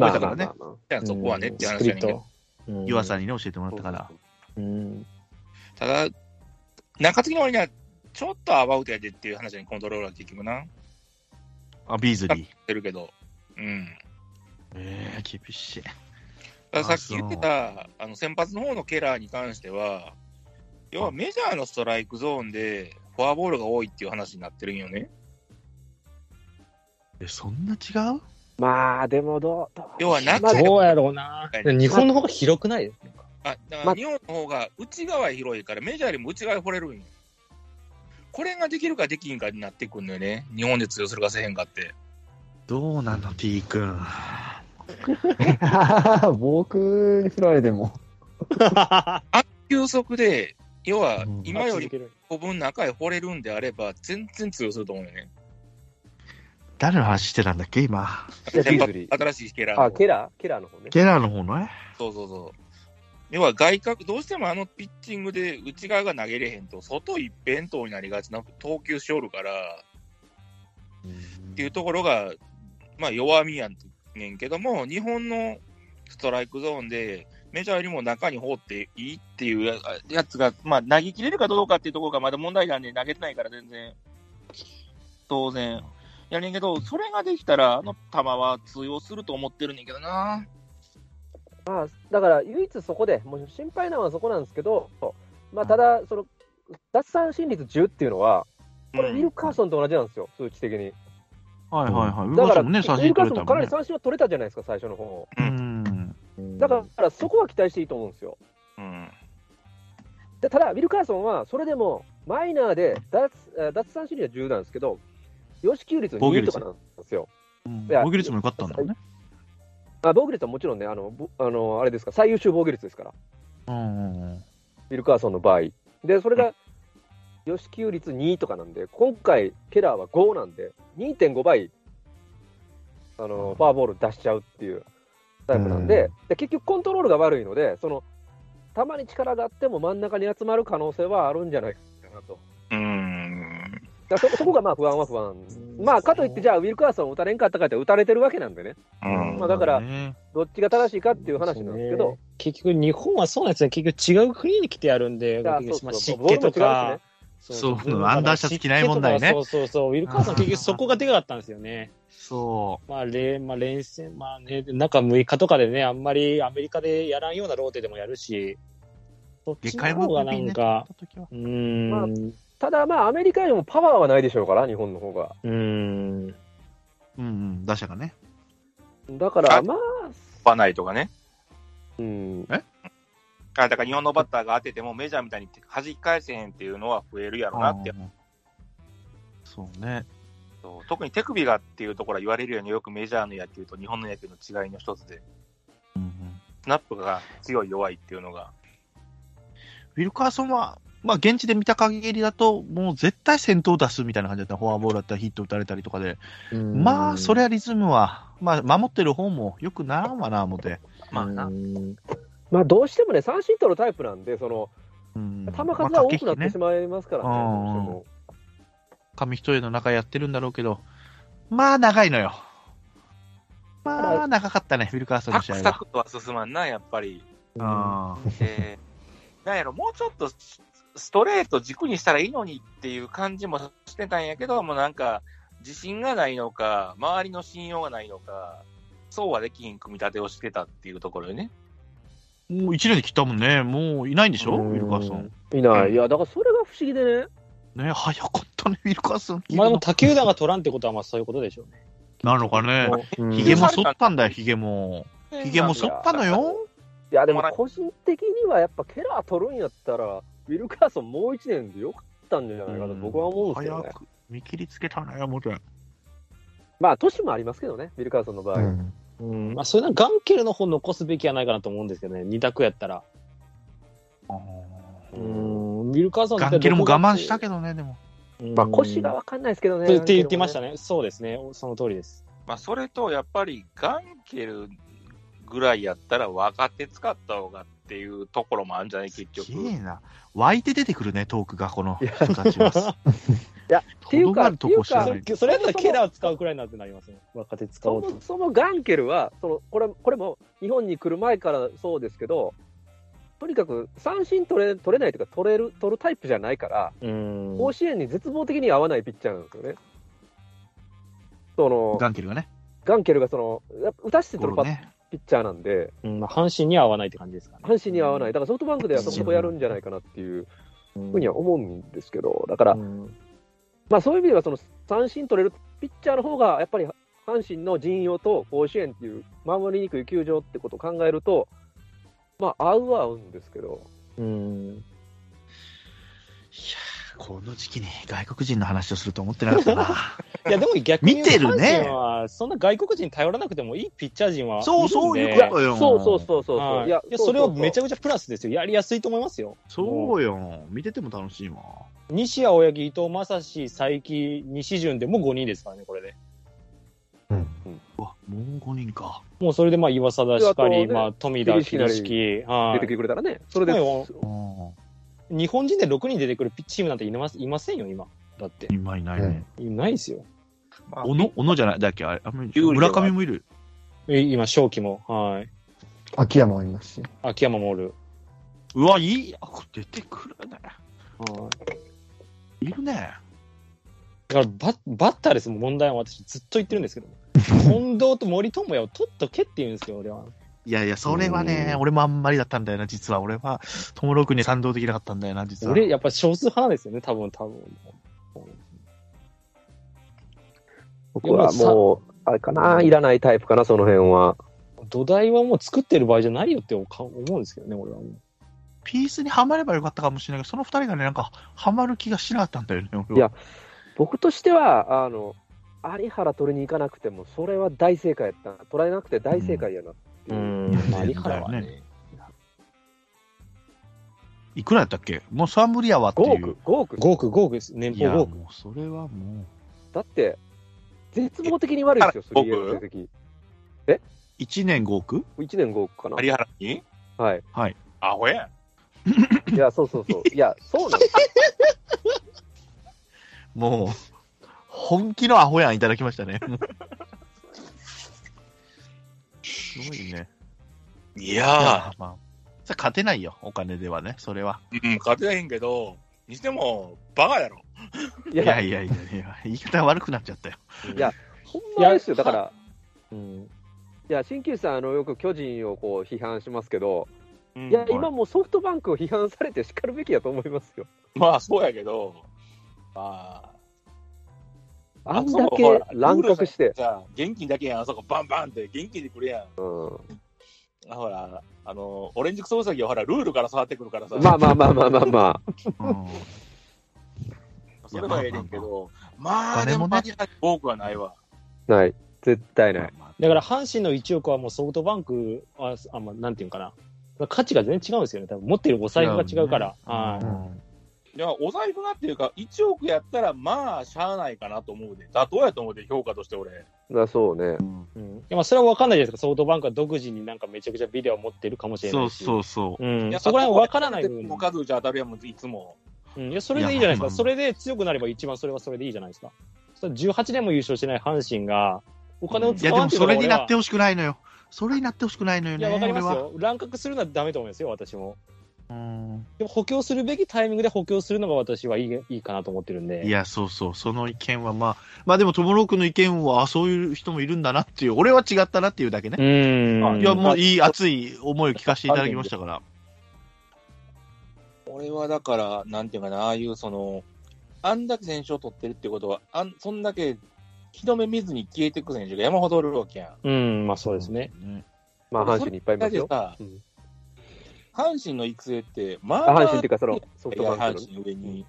[SPEAKER 1] ま
[SPEAKER 4] 覚
[SPEAKER 1] あ
[SPEAKER 4] えたから
[SPEAKER 1] ね
[SPEAKER 5] まあまあまあ
[SPEAKER 4] じゃあそこはねって
[SPEAKER 3] スプ
[SPEAKER 4] 話
[SPEAKER 3] リ
[SPEAKER 4] や
[SPEAKER 3] ッ
[SPEAKER 4] ねんけど
[SPEAKER 3] ト。うん
[SPEAKER 1] 湯浅にね、教えてもらったから。
[SPEAKER 3] うん。
[SPEAKER 4] ただ、中継ぎの割にはちょっとアバウトやでっていう話にコントローラー結局な。
[SPEAKER 1] あ、ビーズリー。
[SPEAKER 4] てるけど。うん。
[SPEAKER 1] ええ厳しい。
[SPEAKER 4] だから
[SPEAKER 1] あ
[SPEAKER 4] さっき言ってた、あの先発の方のケラーに関しては、要はメジャーのストライクゾーンで、フォアボールが多いっていう話になってるんよね。
[SPEAKER 1] え、そんな違う
[SPEAKER 5] まあ、でもどう、どう
[SPEAKER 4] 要はな
[SPEAKER 5] まあ
[SPEAKER 4] で
[SPEAKER 3] どうやろうな。
[SPEAKER 4] はい
[SPEAKER 3] 日本の方が広くないですね。
[SPEAKER 4] あだから
[SPEAKER 5] ま
[SPEAKER 4] 日本の方が内側広いから、メジャーよりも内側掘れるんよ。これができるかできんかになってくんのよね。日本で通用するかせえへんかって。
[SPEAKER 1] どうなの、T 君。
[SPEAKER 2] 僕に振られても。
[SPEAKER 4] 急速で、要は
[SPEAKER 2] うん
[SPEAKER 4] 今より
[SPEAKER 3] 続ける
[SPEAKER 4] 古文の赤い掘れるんであれば、全然通用すると思うよね。
[SPEAKER 1] 誰の話してたんだっけ、今。
[SPEAKER 5] いや
[SPEAKER 4] 先
[SPEAKER 5] ビーズ
[SPEAKER 4] 発
[SPEAKER 5] リー。
[SPEAKER 4] 新しいケラーの
[SPEAKER 5] あ、ケラーケラーの方ね。
[SPEAKER 1] ゲラーの方のね。
[SPEAKER 4] そうそうそう。要は外角、どうしてもあのピッチングで内側が投げれへんと、外一辺倒になりがちな投球しおるからっていうところが、まあ弱みやねんけども、日本のストライクゾーンで、メジャーよりも中に放っていいっていうややつが、まあ投げ切れるかどうかっていうところがまだ問題なんで、投げてないから全然、当然。やねんけど、それができたら、あの球は通用すると思ってるねんけどな。
[SPEAKER 5] まあ、だから唯一そこで、もう心配なのはそこなんですけど、まあ、ただ、その奪三振率10っていうのは、これ、ウィルカーソンと同じなんですよ、数値的に。
[SPEAKER 1] はいはいはい。ウィ
[SPEAKER 5] だ
[SPEAKER 1] ルカー
[SPEAKER 5] から、
[SPEAKER 1] ソンもね、三
[SPEAKER 5] ウィ
[SPEAKER 1] 振
[SPEAKER 5] ルカー
[SPEAKER 1] 取れ
[SPEAKER 5] ソン
[SPEAKER 1] たも
[SPEAKER 5] もかなんり
[SPEAKER 1] ね。
[SPEAKER 5] 三振は取れたじゃないですか、最初の方
[SPEAKER 1] うん。
[SPEAKER 5] だから、そこは期待していいと思うんですよ。
[SPEAKER 4] うん。
[SPEAKER 5] でただ、ウィルカーソンは、それでも、マイナーで奪えー奪三振率は10なんですけど、吉球率
[SPEAKER 1] 防御
[SPEAKER 5] 2
[SPEAKER 1] 率
[SPEAKER 5] とかなんですよ。
[SPEAKER 1] うん
[SPEAKER 5] いや
[SPEAKER 1] 防御率も良かったんだよね。
[SPEAKER 5] あ防御率はもちろんね、あの、ぼあのあれですか、最優秀防御率ですから、
[SPEAKER 1] うんうんうん。
[SPEAKER 5] ウィルカーソンの場合。で、それが、吉球率2とかなんで、今回、ケラーは5なんで、2.5倍、あの、フォアボール出しちゃうっていうタイプなんで、で結局、コントロールが悪いので、その、たまに力があっても真ん中に集まる可能性はあるんじゃないかなと。
[SPEAKER 4] うん。
[SPEAKER 5] だからそそこがまあ不安は不安。まあ、かといって、じゃあ、ウィルカーソン打たれんかったかって、打たれてるわけなんでね、
[SPEAKER 4] うん
[SPEAKER 5] まあだから
[SPEAKER 1] ね
[SPEAKER 5] どっちが正しいかっていう話なんですけど、
[SPEAKER 3] 結局、日本はそうなんですね。結局、違う国に来てやるんで、
[SPEAKER 5] だから
[SPEAKER 3] 僕
[SPEAKER 5] そ
[SPEAKER 3] まあ
[SPEAKER 5] うそう
[SPEAKER 3] 湿
[SPEAKER 5] ボー
[SPEAKER 3] 気
[SPEAKER 5] ルも
[SPEAKER 3] と
[SPEAKER 5] 違うしね
[SPEAKER 3] か。
[SPEAKER 1] そう
[SPEAKER 3] 文化とか
[SPEAKER 1] アンダーシャツ着ない問題ね
[SPEAKER 3] 湿気とかそうそうそう。ウィルカーソン、結局そこがでかかったんですよね。
[SPEAKER 1] そ
[SPEAKER 3] まあ、れまあ、連戦、まあね、中6日とかでね、あんまりアメリカでやらんようなローテでもやるし、そっ
[SPEAKER 1] う。
[SPEAKER 3] ちの方がなんか、うーん、
[SPEAKER 5] まあ
[SPEAKER 3] う
[SPEAKER 5] ただまあ、アメリカよりもパワーはないでしょうから、日本の方が。
[SPEAKER 3] ーん、
[SPEAKER 1] うんうん、打者がね。
[SPEAKER 5] だから、
[SPEAKER 4] あ
[SPEAKER 5] まあ、
[SPEAKER 4] バナイとかね。
[SPEAKER 5] うん、
[SPEAKER 4] あだから日本のバッターが当ててもメジャーみたいに弾き返せへんっていうのは増えるやろなって
[SPEAKER 1] う。んそうね。
[SPEAKER 4] そう特に手首がっていうところは言われるようによくメジャーの野球と日本の野球の違いの一つで、
[SPEAKER 1] うんうん
[SPEAKER 4] スナップが強い弱いっていうのが。
[SPEAKER 1] ウィルカーソンは、まあ、現地で見た限りだと、もう絶対先頭出すみたいな感じだった。フォアボールだったらヒット打たれたりとかで。まあ、それはリズムは、まあ、守ってる方もよくならんわな、思って。
[SPEAKER 4] まあな。
[SPEAKER 5] まあ、どうしてもね、三振取るタイプなんで、その
[SPEAKER 1] うん
[SPEAKER 5] 球数は多くなっ
[SPEAKER 1] まあ駆け引
[SPEAKER 5] て
[SPEAKER 1] き
[SPEAKER 5] し
[SPEAKER 1] ね
[SPEAKER 5] まいますからね、
[SPEAKER 1] うん
[SPEAKER 5] どうしても
[SPEAKER 1] 紙一重の中やってるんだろうけど、まあ、長いのよ。まあ、長かったね、ウィルカーソン
[SPEAKER 4] サ
[SPEAKER 1] の試合
[SPEAKER 4] ク
[SPEAKER 1] は。
[SPEAKER 4] サクとは進まんな、やっぱり。
[SPEAKER 1] あー
[SPEAKER 4] えー、 なんやろ、もうちょっとスストレート軸にしたらいいのにっていう感じもしてたんやけど、もうなんか、自信がないのか、周りの信用がないのか、そうはできひん組み立てをしてたっていうところよね。
[SPEAKER 1] もう1年で切ったもんね。もういないんでしょ、
[SPEAKER 5] うん
[SPEAKER 1] ウィルカーソン。
[SPEAKER 5] いない、いや、だからそれが不思議でね、
[SPEAKER 1] ね、早かったね、ウィルカーソン。
[SPEAKER 3] まあでも他球団が取らんってことは、まあそういうことでしょうね。
[SPEAKER 1] なのかね。
[SPEAKER 5] うん
[SPEAKER 1] ヒ
[SPEAKER 5] い
[SPEAKER 1] ゲも剃ったんだよ、ヒゲも。ヒゲも剃ったのよ。
[SPEAKER 5] や、でも個人的にはやっぱケラー取るんやったら、ウィルカーソン、もう1年でよかったんじゃないかと、僕は思うんですけど
[SPEAKER 1] 早
[SPEAKER 5] ね、
[SPEAKER 1] く見切りつけたね、もて。
[SPEAKER 5] まあ、年もありますけどね、ウィルカーソンの場合。
[SPEAKER 2] うん
[SPEAKER 3] うん、まあそれならガンケルの方残すべきやないかなと思うんですけどね、二択やったら。うん、ウィルカーソン
[SPEAKER 1] ガンケルも我慢した
[SPEAKER 3] ど、
[SPEAKER 1] けどね、でも。
[SPEAKER 5] まあ、腰が
[SPEAKER 3] っ
[SPEAKER 5] 分かんないですけどね。
[SPEAKER 3] て言ってました
[SPEAKER 5] ね。
[SPEAKER 3] ね。そうですね、その通りです。
[SPEAKER 4] まあ、それとやっぱりガンケルぐらいやったら若手使った方がっていうところもあるんじゃない結
[SPEAKER 1] き
[SPEAKER 4] 局。
[SPEAKER 1] れいな。湧いて出てくるね、トークが、この人たちは。
[SPEAKER 5] いや、っていうか
[SPEAKER 1] とどまるとこ知ら
[SPEAKER 5] っ
[SPEAKER 1] な
[SPEAKER 5] て
[SPEAKER 1] い。
[SPEAKER 3] それやったらケラーを使うくらいなんてなりますね。若手使
[SPEAKER 5] そ
[SPEAKER 3] おうと
[SPEAKER 5] も。そもガンケルはそのこれ、これも日本に来る前からそうですけど、とにかく三振取れ取れないというか取れる、取るタイプじゃないから、
[SPEAKER 3] うん。
[SPEAKER 5] 甲子園に絶望的に合わないピッチャーなんですよね。その
[SPEAKER 1] ガンケルがね、
[SPEAKER 5] ガンケルがそのやっぱ打たして取る
[SPEAKER 1] ゴ
[SPEAKER 5] パ
[SPEAKER 1] ロね。
[SPEAKER 5] ピッチャーなんで、
[SPEAKER 3] うんまあ、阪神には合わないって感じですかね。
[SPEAKER 5] 阪神に合わない、だからソフトバンクではそこそこやるんじゃないかなっていう
[SPEAKER 3] うん
[SPEAKER 5] ふうには思うんですけど、だから、
[SPEAKER 3] うん
[SPEAKER 5] まあ、そういう意味ではその三振取れるピッチャーの方がやっぱり阪神の陣容と甲子園っていう守りにくい球場ってことを考えると、まあ、合うは合うんですけど、
[SPEAKER 3] うん。
[SPEAKER 1] この時期に外国人の話をすると思ってなかった な。
[SPEAKER 3] いや、でも逆に。
[SPEAKER 1] 見てるね
[SPEAKER 3] 阪神はそんな外国人に頼らなくてもいいピッチャー陣は。
[SPEAKER 1] そうそういう
[SPEAKER 3] るん
[SPEAKER 1] こと
[SPEAKER 3] で
[SPEAKER 1] よ。
[SPEAKER 5] そうそうそうそうそ
[SPEAKER 3] は
[SPEAKER 5] う、
[SPEAKER 3] いいや、それはめちゃ
[SPEAKER 5] くち
[SPEAKER 3] くちゃプラスですよ。やりやすいと思いますよ。
[SPEAKER 1] そうよ。見てても楽しいわ。
[SPEAKER 3] 西矢、青柳、伊藤正史、佐伯、西潤でもう5人ですからね、これで。
[SPEAKER 1] もう5人か。
[SPEAKER 3] もうそれでまあ岩貞しか
[SPEAKER 5] で
[SPEAKER 3] り、
[SPEAKER 5] あとね
[SPEAKER 3] まあ富田、
[SPEAKER 5] 桐敷なり
[SPEAKER 3] 桐敷、
[SPEAKER 5] ゃ
[SPEAKER 3] は
[SPEAKER 5] 出てきてくれたらね、それで、
[SPEAKER 3] はい
[SPEAKER 1] うん
[SPEAKER 3] い。日本人で6人出てくるピチームなんていますいませんよ、今。だって。
[SPEAKER 1] 今いないね。
[SPEAKER 3] いないですよ。
[SPEAKER 4] まあ
[SPEAKER 1] 小野、小野じゃない。だっけあれ、あんまり
[SPEAKER 4] 有利で
[SPEAKER 1] 村
[SPEAKER 4] は
[SPEAKER 1] 上もいる。
[SPEAKER 3] え今、正気も、はい。
[SPEAKER 2] 秋山もいますし。
[SPEAKER 3] 秋山もおる。
[SPEAKER 1] うわ、いい。あ、これ出てくるね。
[SPEAKER 3] はい。
[SPEAKER 1] いるね。
[SPEAKER 3] だからバッバッターですもん問題は私ずっと言ってるんです けど近藤と森友哉を取っとけって言うんですよ俺はい
[SPEAKER 1] やいや、それはね
[SPEAKER 5] う、ん
[SPEAKER 1] 俺もあんまりだったんだよな、実は。俺は、友六に賛同できなかったんだよな、実は。
[SPEAKER 3] 俺やっぱ少数派なんですよね多分多分
[SPEAKER 5] 僕はもう、あれかな、いらないタイプかな、その辺は。
[SPEAKER 3] 土台はもう作ってる場合じゃないよって思う思うんですけどね俺はもう
[SPEAKER 1] ピースにはまればよかったかもしれないけど、その二人がね、なんか、はまる気がしなかったんだよね、俺はい
[SPEAKER 5] や僕としては、あの、有原取りに行かなくても、それは大正解やったな。取られなくて大正解やなっていう。
[SPEAKER 1] うん
[SPEAKER 3] まあ有原はね
[SPEAKER 1] だいくらやったっけもうそれは無理やわって
[SPEAKER 5] 5
[SPEAKER 1] い
[SPEAKER 5] 億
[SPEAKER 1] う。、
[SPEAKER 5] 5億。
[SPEAKER 3] 5億5億です年
[SPEAKER 1] い
[SPEAKER 3] 俸
[SPEAKER 1] や、
[SPEAKER 3] 5
[SPEAKER 1] も
[SPEAKER 3] 億
[SPEAKER 1] うそれはもう、
[SPEAKER 5] だって、絶望的に悪いですよ、
[SPEAKER 4] えあら
[SPEAKER 5] 3A の成績。
[SPEAKER 1] 1年5億
[SPEAKER 5] 1年5億かな。
[SPEAKER 4] 有原に
[SPEAKER 5] はい。
[SPEAKER 4] アホやん。
[SPEAKER 5] いや、そうそうそう。いや、そうなんです
[SPEAKER 1] もう、本気のアホやんいただきましたね。もうすごいね。
[SPEAKER 4] い
[SPEAKER 1] い
[SPEAKER 4] や
[SPEAKER 1] やまあ、それ勝てないよ、お金ではね、それは。
[SPEAKER 4] ー、うん、勝てへんけど、にしても、バカやろ。
[SPEAKER 5] よ。
[SPEAKER 1] い
[SPEAKER 5] い
[SPEAKER 1] や
[SPEAKER 5] や、い
[SPEAKER 1] いやいやいや、言い方悪くなっちゃ ったよ。
[SPEAKER 5] や、ほんまあれですよ。だから、
[SPEAKER 3] うん
[SPEAKER 5] いや、新旧さん、あの、よく巨人をこう、批判しますけど、
[SPEAKER 4] うん
[SPEAKER 5] いや、
[SPEAKER 1] い
[SPEAKER 5] 今もうソフトバンクを批判されて叱るべきやと思いますよ。
[SPEAKER 4] まあ、そうやけど、まあ、
[SPEAKER 5] あん
[SPEAKER 4] そ
[SPEAKER 5] だ
[SPEAKER 4] こほ
[SPEAKER 5] け
[SPEAKER 4] ら
[SPEAKER 5] 乱獲して。
[SPEAKER 4] じゃあ、現金だけやん、あそこバンバンって、現金でくれやん。
[SPEAKER 5] うん
[SPEAKER 4] あほら、あの、オレンジクソウサギはほら、ルールから触ってくるからさ、
[SPEAKER 5] まあまあまあまあまあまあ。
[SPEAKER 1] うん
[SPEAKER 4] それはええねんけど、
[SPEAKER 1] あ
[SPEAKER 4] まあ、でも、マジで多くはないわ。
[SPEAKER 5] ない。絶対ない。
[SPEAKER 3] だから阪神の1億はもうソフトバンクはあまあなんていうんかな価値が全然違うんですよね多分持ってるお財布が違うからはい
[SPEAKER 1] うん
[SPEAKER 4] いや、お財布がっていうか、1億やったら、まあ、しゃあないかなと思うで。妥当やと思うで、評価として俺。
[SPEAKER 5] なそうね。
[SPEAKER 3] うんいやまあそれは分かんないじゃないですかソフトバンクは独自になんかめちゃくちゃビデオを持ってるかもしれな
[SPEAKER 1] そう
[SPEAKER 3] いし
[SPEAKER 1] そうそう。
[SPEAKER 3] うん
[SPEAKER 4] いや
[SPEAKER 3] そこら辺分からない部分
[SPEAKER 4] おかずじゃ当たるやんもん、いつも。
[SPEAKER 3] うん、いや、それでいいじゃな
[SPEAKER 1] いやまあ
[SPEAKER 3] いですか。
[SPEAKER 1] まあ
[SPEAKER 3] それで強くなれば一番それはそれでいいじゃないですか。そしたら18年も優勝してない阪神が、お金を
[SPEAKER 1] い
[SPEAKER 3] 使
[SPEAKER 1] や、で
[SPEAKER 3] わ
[SPEAKER 1] も
[SPEAKER 3] んって
[SPEAKER 1] それになって
[SPEAKER 3] い
[SPEAKER 1] ほしくないのよ。それになってほしくないのよ
[SPEAKER 3] う
[SPEAKER 1] ね。
[SPEAKER 3] のが俺はいや、わかり
[SPEAKER 1] 俺は
[SPEAKER 3] ますよ。乱獲するのはダメと思いますよ、私も。
[SPEAKER 1] うん
[SPEAKER 3] でも補強するべきタイミングで補強するのが私はいいいいかなと思ってるんで。
[SPEAKER 1] いや、そうそう、その意見はまあ、まあでも、友六の意見は、あそういう人もいるんだなっていう、俺は違ったなっていうだけ
[SPEAKER 3] う
[SPEAKER 1] ね。
[SPEAKER 3] ーん。
[SPEAKER 1] いや、も
[SPEAKER 3] まあ
[SPEAKER 1] ういい熱い思いを聞かせていただきましたから。
[SPEAKER 4] 俺はだから、なんていうかな、ああいう、その、あんだけ選手を取ってるってことは、あんそんだけ、日の目見ずに消えていく選手が山ほどおるわけやん。
[SPEAKER 3] うん、まあそうですね。
[SPEAKER 1] ね。
[SPEAKER 5] まあ、阪神にいっぱいいま
[SPEAKER 4] だっ
[SPEAKER 5] す
[SPEAKER 4] て
[SPEAKER 5] よ。
[SPEAKER 4] さ、
[SPEAKER 5] うん
[SPEAKER 4] 阪神の育成って、ま
[SPEAKER 5] あ
[SPEAKER 4] あ、
[SPEAKER 5] 阪神っていうか、そのソフ
[SPEAKER 4] い
[SPEAKER 5] ト
[SPEAKER 4] や
[SPEAKER 5] バン
[SPEAKER 4] 阪
[SPEAKER 5] クのね。
[SPEAKER 4] 神上に、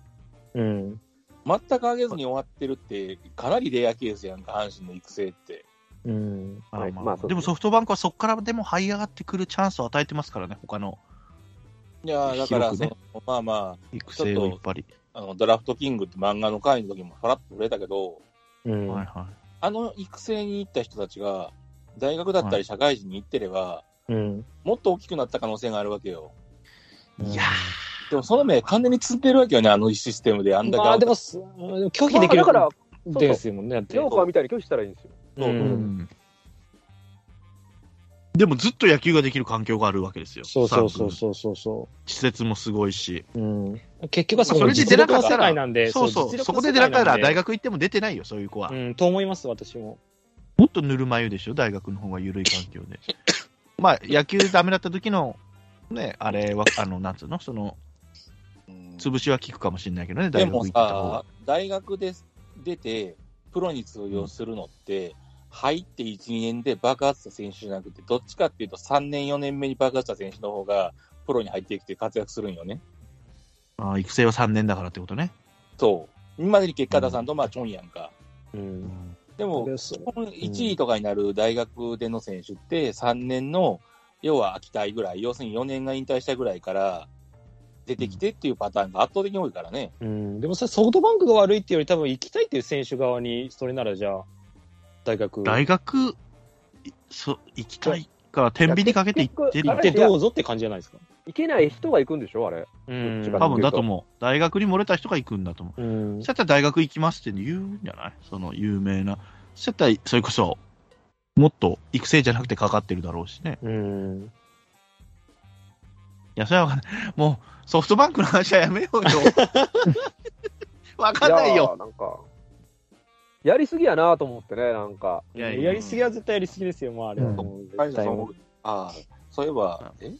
[SPEAKER 3] うん。
[SPEAKER 4] 全く上げずに終わってるって、かなりレアケースやんか、阪神の育成って。
[SPEAKER 3] うん。
[SPEAKER 1] まあ
[SPEAKER 5] はい
[SPEAKER 1] まあ
[SPEAKER 5] まあそう
[SPEAKER 1] でもソフトバンクはそこからでも這い上がってくるチャンスを与えてますからね、他の
[SPEAKER 4] いやーだから、
[SPEAKER 1] 広くね
[SPEAKER 4] そのまあま
[SPEAKER 1] 育成を引っ張り。
[SPEAKER 4] ああの、ドラフトキングって漫画の回の時もさらっと触れたけど、
[SPEAKER 3] うん。
[SPEAKER 1] はいは
[SPEAKER 4] あの育成に行った人たちが、大学だった
[SPEAKER 1] は
[SPEAKER 4] り社会人に行ってれば、
[SPEAKER 3] うん。
[SPEAKER 4] もっと大きくなった可能性があるわけよ。
[SPEAKER 1] い。いや
[SPEAKER 4] でもその目、完全につってるわけよね、あのシステムで、あんだけ。
[SPEAKER 3] まあでも、す拒否
[SPEAKER 5] まあ
[SPEAKER 3] できる
[SPEAKER 5] だから、
[SPEAKER 3] ですもんね、だって
[SPEAKER 5] ヨーコみたいに拒否したらいいんですよ。
[SPEAKER 1] ー、
[SPEAKER 3] うん
[SPEAKER 1] でもずっと野球ができる環境があるわけですよ。
[SPEAKER 3] そうそうそ
[SPEAKER 1] サー
[SPEAKER 3] う
[SPEAKER 1] クル
[SPEAKER 3] そうそうそ
[SPEAKER 1] 施設もすごいし。
[SPEAKER 3] う。うん。結局は
[SPEAKER 1] まあそれで出なかったら
[SPEAKER 3] 世界なんで、
[SPEAKER 1] そうそう。そこで出なかったら大。学行っても出てないよ、そういう子は。
[SPEAKER 3] うん、と思います、私も。
[SPEAKER 1] もっとぬるま湯でしょ、大学の方が緩い環境で。まあ、野球ダメだった時の、ね、あれは、あの、なんつうの、その、潰しは効くかもしれないけどね、
[SPEAKER 4] で
[SPEAKER 1] 大学行
[SPEAKER 4] も
[SPEAKER 1] った方が
[SPEAKER 4] さ。、大学で出て、プロに通用するのって、入って1、2年で爆発した選手じゃなくて、どっちかっていうと3年、4年目に爆発した選手の方が、プロに入ってきて活躍するんよね。
[SPEAKER 1] あー育成は3年だからってことね。
[SPEAKER 4] そう。今までに結果出さんと、まあ、ちょんやんか。
[SPEAKER 3] うん。
[SPEAKER 4] でも、
[SPEAKER 3] そう
[SPEAKER 4] この1位とかになる大学での選手って、3年の、要は秋田ぐらい、要するに4年が引退したぐらいから、出てきてっていうパターンが圧倒的に多いからね。
[SPEAKER 3] うん、でもさ、ソフトバンクが悪いっていうより、多分行きたいっていう選手側に、それならじゃあ、大学行
[SPEAKER 1] 大学、いそ行きたいから、天秤にかけて行ってる
[SPEAKER 5] いや
[SPEAKER 1] よ
[SPEAKER 3] ってどうぞって感じじゃないですか。
[SPEAKER 5] いけない人が行くんでしょあれ。
[SPEAKER 3] うん
[SPEAKER 5] どっち。
[SPEAKER 1] 多分だと思う。大学に漏れた人が行くんだと思う。
[SPEAKER 3] うん
[SPEAKER 1] そし。たら大学行きますって言うんじゃないその有名な。そしたら、それこそ、もっと育成じゃなくてかかってるだろうしね。
[SPEAKER 3] うん。
[SPEAKER 1] いや、それはわかんないもう、ソフトバンクの話はやめよ うよ。わかんないよ。
[SPEAKER 5] や。なんか、やりすぎやなと思ってね、なんか。
[SPEAKER 1] いやいや
[SPEAKER 3] やりすぎは絶対やりすぎですよ、もうあれは。
[SPEAKER 2] うん
[SPEAKER 3] もう絶
[SPEAKER 4] あ
[SPEAKER 3] 対も
[SPEAKER 4] あそういえば、え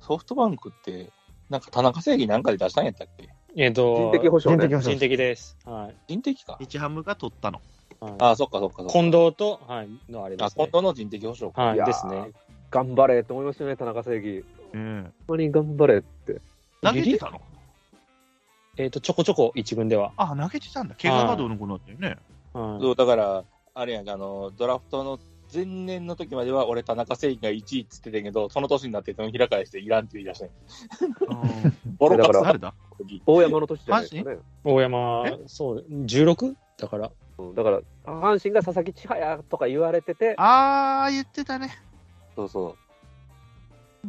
[SPEAKER 4] ソフトバンクって、なんか田中正義なんかで出したんやったっけ
[SPEAKER 3] えっ
[SPEAKER 5] 人
[SPEAKER 3] と、
[SPEAKER 5] 的保障
[SPEAKER 2] 人
[SPEAKER 5] ね
[SPEAKER 2] 的。保
[SPEAKER 3] 人
[SPEAKER 2] 障。
[SPEAKER 3] 的です。はい。
[SPEAKER 4] 人的か。
[SPEAKER 1] 日ハムが取ったの。
[SPEAKER 4] あ
[SPEAKER 3] は
[SPEAKER 4] あ、そっかそっかそっ
[SPEAKER 3] い、
[SPEAKER 4] か。
[SPEAKER 3] 近藤と、はい、のあれで
[SPEAKER 4] あ
[SPEAKER 3] すね
[SPEAKER 4] 近。藤の人的保障か。
[SPEAKER 3] はい
[SPEAKER 5] や
[SPEAKER 3] い、
[SPEAKER 5] ー
[SPEAKER 3] ですね。。
[SPEAKER 5] 頑張れって思いましたよね、田中正義。
[SPEAKER 1] うん。
[SPEAKER 5] 本当に頑張れって。
[SPEAKER 1] 投げてたの
[SPEAKER 3] えっ、と、ちょこちょこ一軍では。
[SPEAKER 1] あ、投げてたんだ。怪我がどうのこうのだったよね。
[SPEAKER 3] はい
[SPEAKER 4] そうだから、あれやんあの、ドラフトの前年の時までは、俺、田中正義が1位っつってたけど、その年になって、その開返して、いらんって言い出したんや
[SPEAKER 1] うん
[SPEAKER 4] ボロ
[SPEAKER 5] だ
[SPEAKER 4] カ
[SPEAKER 5] か
[SPEAKER 4] ス
[SPEAKER 5] ら
[SPEAKER 1] 誰
[SPEAKER 4] な
[SPEAKER 1] だ
[SPEAKER 4] 時。
[SPEAKER 5] 大山の年じゃないですかね。
[SPEAKER 3] 大山
[SPEAKER 1] え、
[SPEAKER 3] そう、16? だから。
[SPEAKER 5] うんだから、阪神が佐々木千早とか言われてて、
[SPEAKER 1] あー、言ってたね。
[SPEAKER 4] そうそう。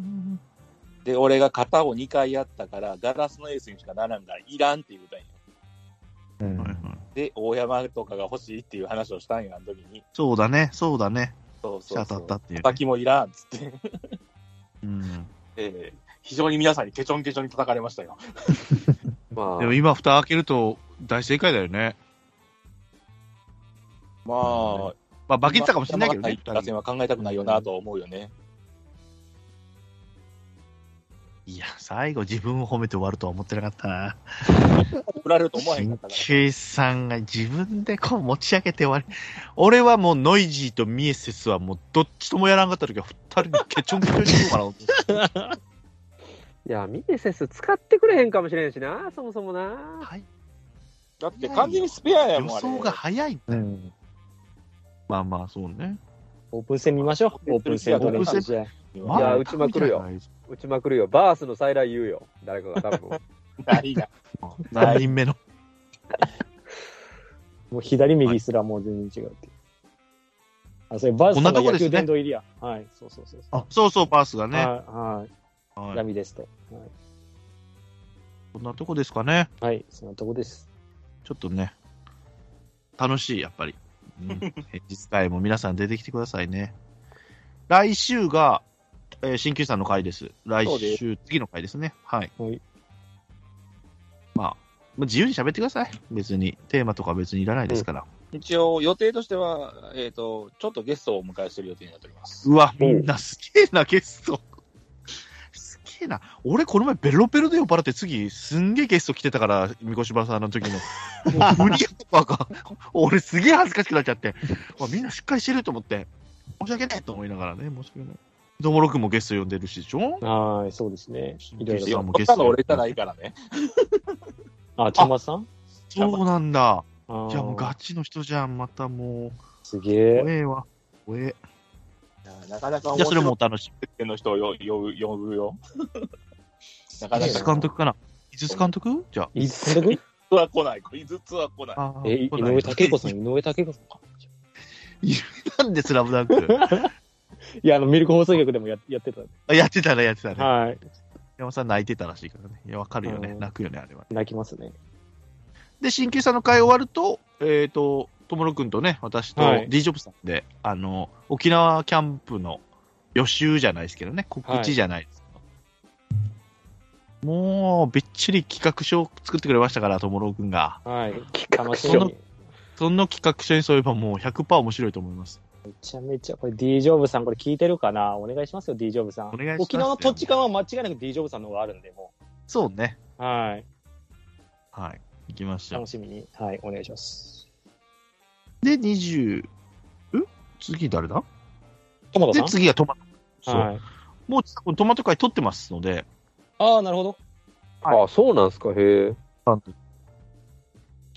[SPEAKER 4] で、俺が型を2回やったから、ガラスのエースにしかならんから、いらんって言うたんや。
[SPEAKER 2] うん
[SPEAKER 1] はいはい
[SPEAKER 4] で、大山とかが欲しいっていう話をしたんや、あの時に。
[SPEAKER 1] そうだね、そうだね。
[SPEAKER 4] そう
[SPEAKER 1] シ
[SPEAKER 4] そ
[SPEAKER 1] ャ
[SPEAKER 4] う
[SPEAKER 1] 当
[SPEAKER 4] そう。
[SPEAKER 1] たったっていうね。
[SPEAKER 4] 叩きもいらんっつって。
[SPEAKER 1] うん
[SPEAKER 4] えー非常に皆さんにケチョンケチョンに叩かれましたよ。
[SPEAKER 5] ま
[SPEAKER 1] でも
[SPEAKER 5] あ、
[SPEAKER 1] 今、蓋開けると大正解だよね。
[SPEAKER 4] ま
[SPEAKER 1] あ、まあ、バケてたかもしれないけどね、
[SPEAKER 4] 打線は考えたくないよなとは思うよね。
[SPEAKER 1] いや、最後自分を褒めて終わるとは思ってなかったな。
[SPEAKER 4] 振られると思わへ
[SPEAKER 1] 新
[SPEAKER 4] んかったから。
[SPEAKER 1] 球さんが自分でこう持ち上げて終わり。俺はもうノイジーとミエセスはもうどっちともやらんかった時は二人でケチョンケチョンにしようかな思って。
[SPEAKER 5] いや、ミネセス使ってくれへんかもしれんしな、そもそもな。
[SPEAKER 1] はい、
[SPEAKER 4] だって完全にスペアや
[SPEAKER 1] 予
[SPEAKER 4] もん、あれ。
[SPEAKER 1] 想が早い。
[SPEAKER 2] うん。
[SPEAKER 1] まあまあ、そうね。
[SPEAKER 3] オープン戦見ましょう。オープン戦
[SPEAKER 4] オープン戦
[SPEAKER 3] 試合
[SPEAKER 1] まあ
[SPEAKER 5] いや打ちまくるよ。打ちまくるよ。バースの再来言うよ。誰かが 多分。
[SPEAKER 4] ないな。
[SPEAKER 1] 何人目の。
[SPEAKER 3] もう左右すらもう全然違うっていう。あ、それバースさんが野球殿堂入りや。はい、そうそうそうそ
[SPEAKER 1] そうそう、パースが
[SPEAKER 3] う。
[SPEAKER 1] ね。
[SPEAKER 3] はい、はい。
[SPEAKER 1] は
[SPEAKER 3] ダ
[SPEAKER 1] い、
[SPEAKER 3] ミですと。はい
[SPEAKER 1] こんなとこですかね。
[SPEAKER 3] はい、そんなとこです。
[SPEAKER 1] ちょっとね、楽しい、やっぱり。うん、平日会も皆さん出てきてくださいね。来週が、えー新旧さんの会です。来
[SPEAKER 4] そうで
[SPEAKER 1] 週、次の会ですね。はい。
[SPEAKER 3] はい
[SPEAKER 1] まあ、もう自由に喋ってください。別に、テーマとか別にいらないですから。
[SPEAKER 4] 一応、予定としては、えっ、と、ちょっとゲストをお迎えする予定になっております。
[SPEAKER 1] うわ、みんなすげえな、ゲスト。すげえな。俺、この前、ベロベロで酔っ払って、次、すんげえゲスト来てたから、三越ばさんの時の。もう無理やったか。俺、すげえ恥ずかしくなっちゃって。うわみんなしっかりしてると思って、申し訳ないと思いながらね、申し訳ない。どもろくもゲスト呼んでるしでしょ
[SPEAKER 3] はい、そうですね。いろいろ
[SPEAKER 1] い
[SPEAKER 3] と
[SPEAKER 1] や
[SPEAKER 4] よ
[SPEAKER 1] もう
[SPEAKER 4] っ
[SPEAKER 1] ゲスト
[SPEAKER 4] たの俺じゃないからね。
[SPEAKER 3] あ、ちゃまさん
[SPEAKER 1] そうなんだ。
[SPEAKER 3] あ
[SPEAKER 1] じゃあもうガ
[SPEAKER 3] ッ
[SPEAKER 1] チの人じゃん、またも
[SPEAKER 3] す
[SPEAKER 1] う。
[SPEAKER 3] げえ。
[SPEAKER 1] 怖えわ。怖え。
[SPEAKER 4] なかなか
[SPEAKER 1] じゃ
[SPEAKER 4] 面
[SPEAKER 1] あそれ
[SPEAKER 4] 白
[SPEAKER 1] も
[SPEAKER 4] い
[SPEAKER 1] お楽し
[SPEAKER 4] っての人をよ呼ぶ呼ぶよ。なか
[SPEAKER 1] み。
[SPEAKER 4] な
[SPEAKER 1] 井
[SPEAKER 4] か
[SPEAKER 1] 筒監督かな井筒監督じゃあ。
[SPEAKER 3] いつ監督
[SPEAKER 4] は来ない。いずつは来ない。
[SPEAKER 1] あー
[SPEAKER 3] え、井上武子さん、井上武子さんか。
[SPEAKER 1] なんでスラムダンク
[SPEAKER 3] いや、あの、ミルク放送局でもややってた。
[SPEAKER 1] あやってたね、やってたね。
[SPEAKER 3] はい。
[SPEAKER 1] 山さん泣いてたらしいからね。いや、わかるよね
[SPEAKER 3] う。ん
[SPEAKER 1] 泣くよね、あれは。
[SPEAKER 3] 泣きますね。
[SPEAKER 1] で、新旧さんの会終わると、えっ、と、ともろくんとね、私と
[SPEAKER 3] はい
[SPEAKER 1] D ジョブさんで、あの、沖縄キャンプの予習じゃないですけどね、告知じゃないですけど、もう、びっちり企画書を作ってくれましたから、ともろうくんが。
[SPEAKER 3] はい。
[SPEAKER 5] 企
[SPEAKER 3] 楽
[SPEAKER 5] 画
[SPEAKER 3] し
[SPEAKER 5] 書
[SPEAKER 3] み。め
[SPEAKER 1] その企画書にそういえばもう100%面白いと思います。
[SPEAKER 3] ちゃめちゃ、これ D ジョブさん、これ聞いてるかなお願いしますよ、D ジョブさん。
[SPEAKER 1] お願いしますよ
[SPEAKER 3] 沖縄の土地勘は間違いなく D ジョブさんの方があるんで、も
[SPEAKER 1] そうね。
[SPEAKER 3] う。はい。
[SPEAKER 1] はい。行きましょう
[SPEAKER 3] 楽。しみに。はい、お願いします。
[SPEAKER 1] で、20、ん次誰だ
[SPEAKER 3] トマト
[SPEAKER 1] で、
[SPEAKER 3] さ
[SPEAKER 1] 次がトマト。そ
[SPEAKER 3] ん
[SPEAKER 1] う。
[SPEAKER 3] はい。
[SPEAKER 1] もうちさ、このトマト会取ってますので、
[SPEAKER 3] ああ、なるほど。
[SPEAKER 5] あ、そうなんすか、へえ。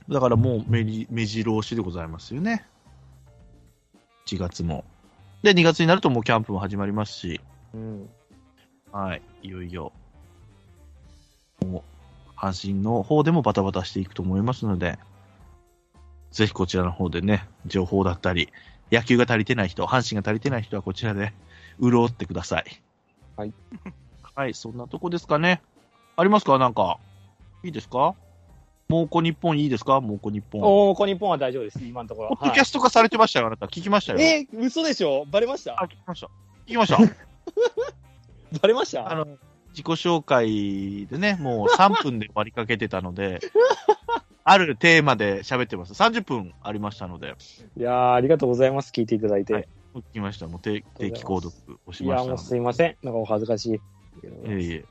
[SPEAKER 1] だからもう目に目白押しでございますよね。1月も。で、2月になるともうキャンプも始まりますし、
[SPEAKER 3] うん。
[SPEAKER 1] はい、いよいよ、もう、阪神の方でもバタバタしていくと思いますので、ぜひこちらの方でね、情報だったり、野球が足りてない人、阪神が足りてない人はこちらで 潤ってください。
[SPEAKER 3] はい。
[SPEAKER 1] はい、そんなとこですかね。ありますかなんか。いいですか猛虎日本いいですか猛虎日本。ポ
[SPEAKER 3] おー、ここ日本は大丈夫です、今のところ。
[SPEAKER 1] ッドキャスト化されてましたよ、あなた。聞きましたよ。
[SPEAKER 3] はいえー、嘘でしょバレまし
[SPEAKER 1] あ、
[SPEAKER 3] た
[SPEAKER 1] 聞きました。聞きま した。
[SPEAKER 3] バレました
[SPEAKER 1] あの、自己紹介でね、もう3分で割りかけてたの で、あるテーマで喋ってます。30分ありましたので、
[SPEAKER 3] いやー、ありがとうございます。聞いていただいて。、
[SPEAKER 1] はい聞きました。もう定
[SPEAKER 3] あ
[SPEAKER 1] 定
[SPEAKER 3] りが
[SPEAKER 1] 期
[SPEAKER 3] とうご
[SPEAKER 1] 購
[SPEAKER 3] ざいます
[SPEAKER 1] 読をしま
[SPEAKER 3] やー、
[SPEAKER 1] した
[SPEAKER 3] も
[SPEAKER 1] の
[SPEAKER 3] うすいません。なんかお恥ずかしい。
[SPEAKER 1] で。いえいえ。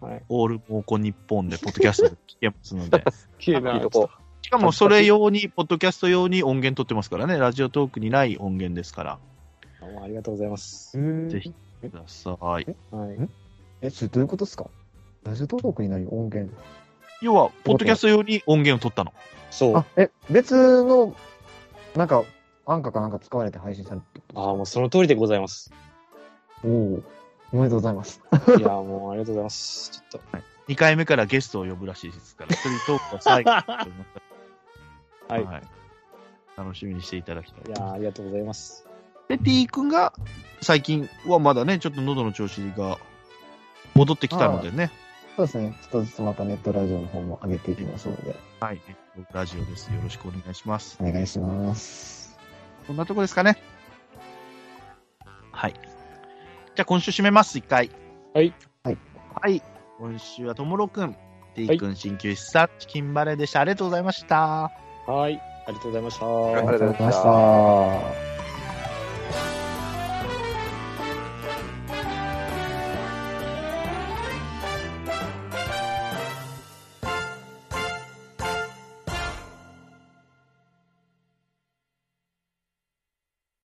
[SPEAKER 3] はい
[SPEAKER 1] オールモーコ日本で、ポッドキャストで聞けます ので。
[SPEAKER 3] 綺麗
[SPEAKER 5] いい
[SPEAKER 3] な
[SPEAKER 5] と。こ。
[SPEAKER 1] しかも、それ用に、ポッドキャスト用に音源取ってますからね。ラジオトークにない音源ですから。
[SPEAKER 3] どうもありがとうございます。
[SPEAKER 1] ぜ
[SPEAKER 2] ぜ
[SPEAKER 1] ひ。ください。
[SPEAKER 3] はい。
[SPEAKER 2] え、それどういうことですかラジオトークになる音源。
[SPEAKER 1] 要は、ポッドキャスト用に音源を取ったの。
[SPEAKER 3] そう。
[SPEAKER 2] あ、え、別の、なんか、アンカーかなんか使われて配信されてるって
[SPEAKER 3] ああ、もうその通りでございます。
[SPEAKER 2] おおーおめでとうございます。
[SPEAKER 3] いやー、もうありがとうございます。ちょっと。
[SPEAKER 1] 2回目からゲストを呼ぶらしいですから、それトークは最後だと思ったら
[SPEAKER 3] はい
[SPEAKER 1] 楽しみにしていただきたい。
[SPEAKER 3] いやーありがとうございます。
[SPEAKER 1] で、P 君が最近はまだね、ちょっと喉の調子が戻ってきたのでね、
[SPEAKER 2] そうですね。ちょっとずつまたネットラジオの方も上げていきますので、
[SPEAKER 1] はい、ラジオです。よろしくお願いします。
[SPEAKER 2] お願いします。
[SPEAKER 1] こんなとこですかね。はい。じゃあ今週締めます、一回。
[SPEAKER 3] はい。
[SPEAKER 2] はい。
[SPEAKER 1] はい。今週はともろくん、T 君鍼灸師さん、チキンバレーでした。ありがとうございました。
[SPEAKER 3] はい。ありがとうございました。
[SPEAKER 5] ありがとうございました
[SPEAKER 2] ありがとうございました。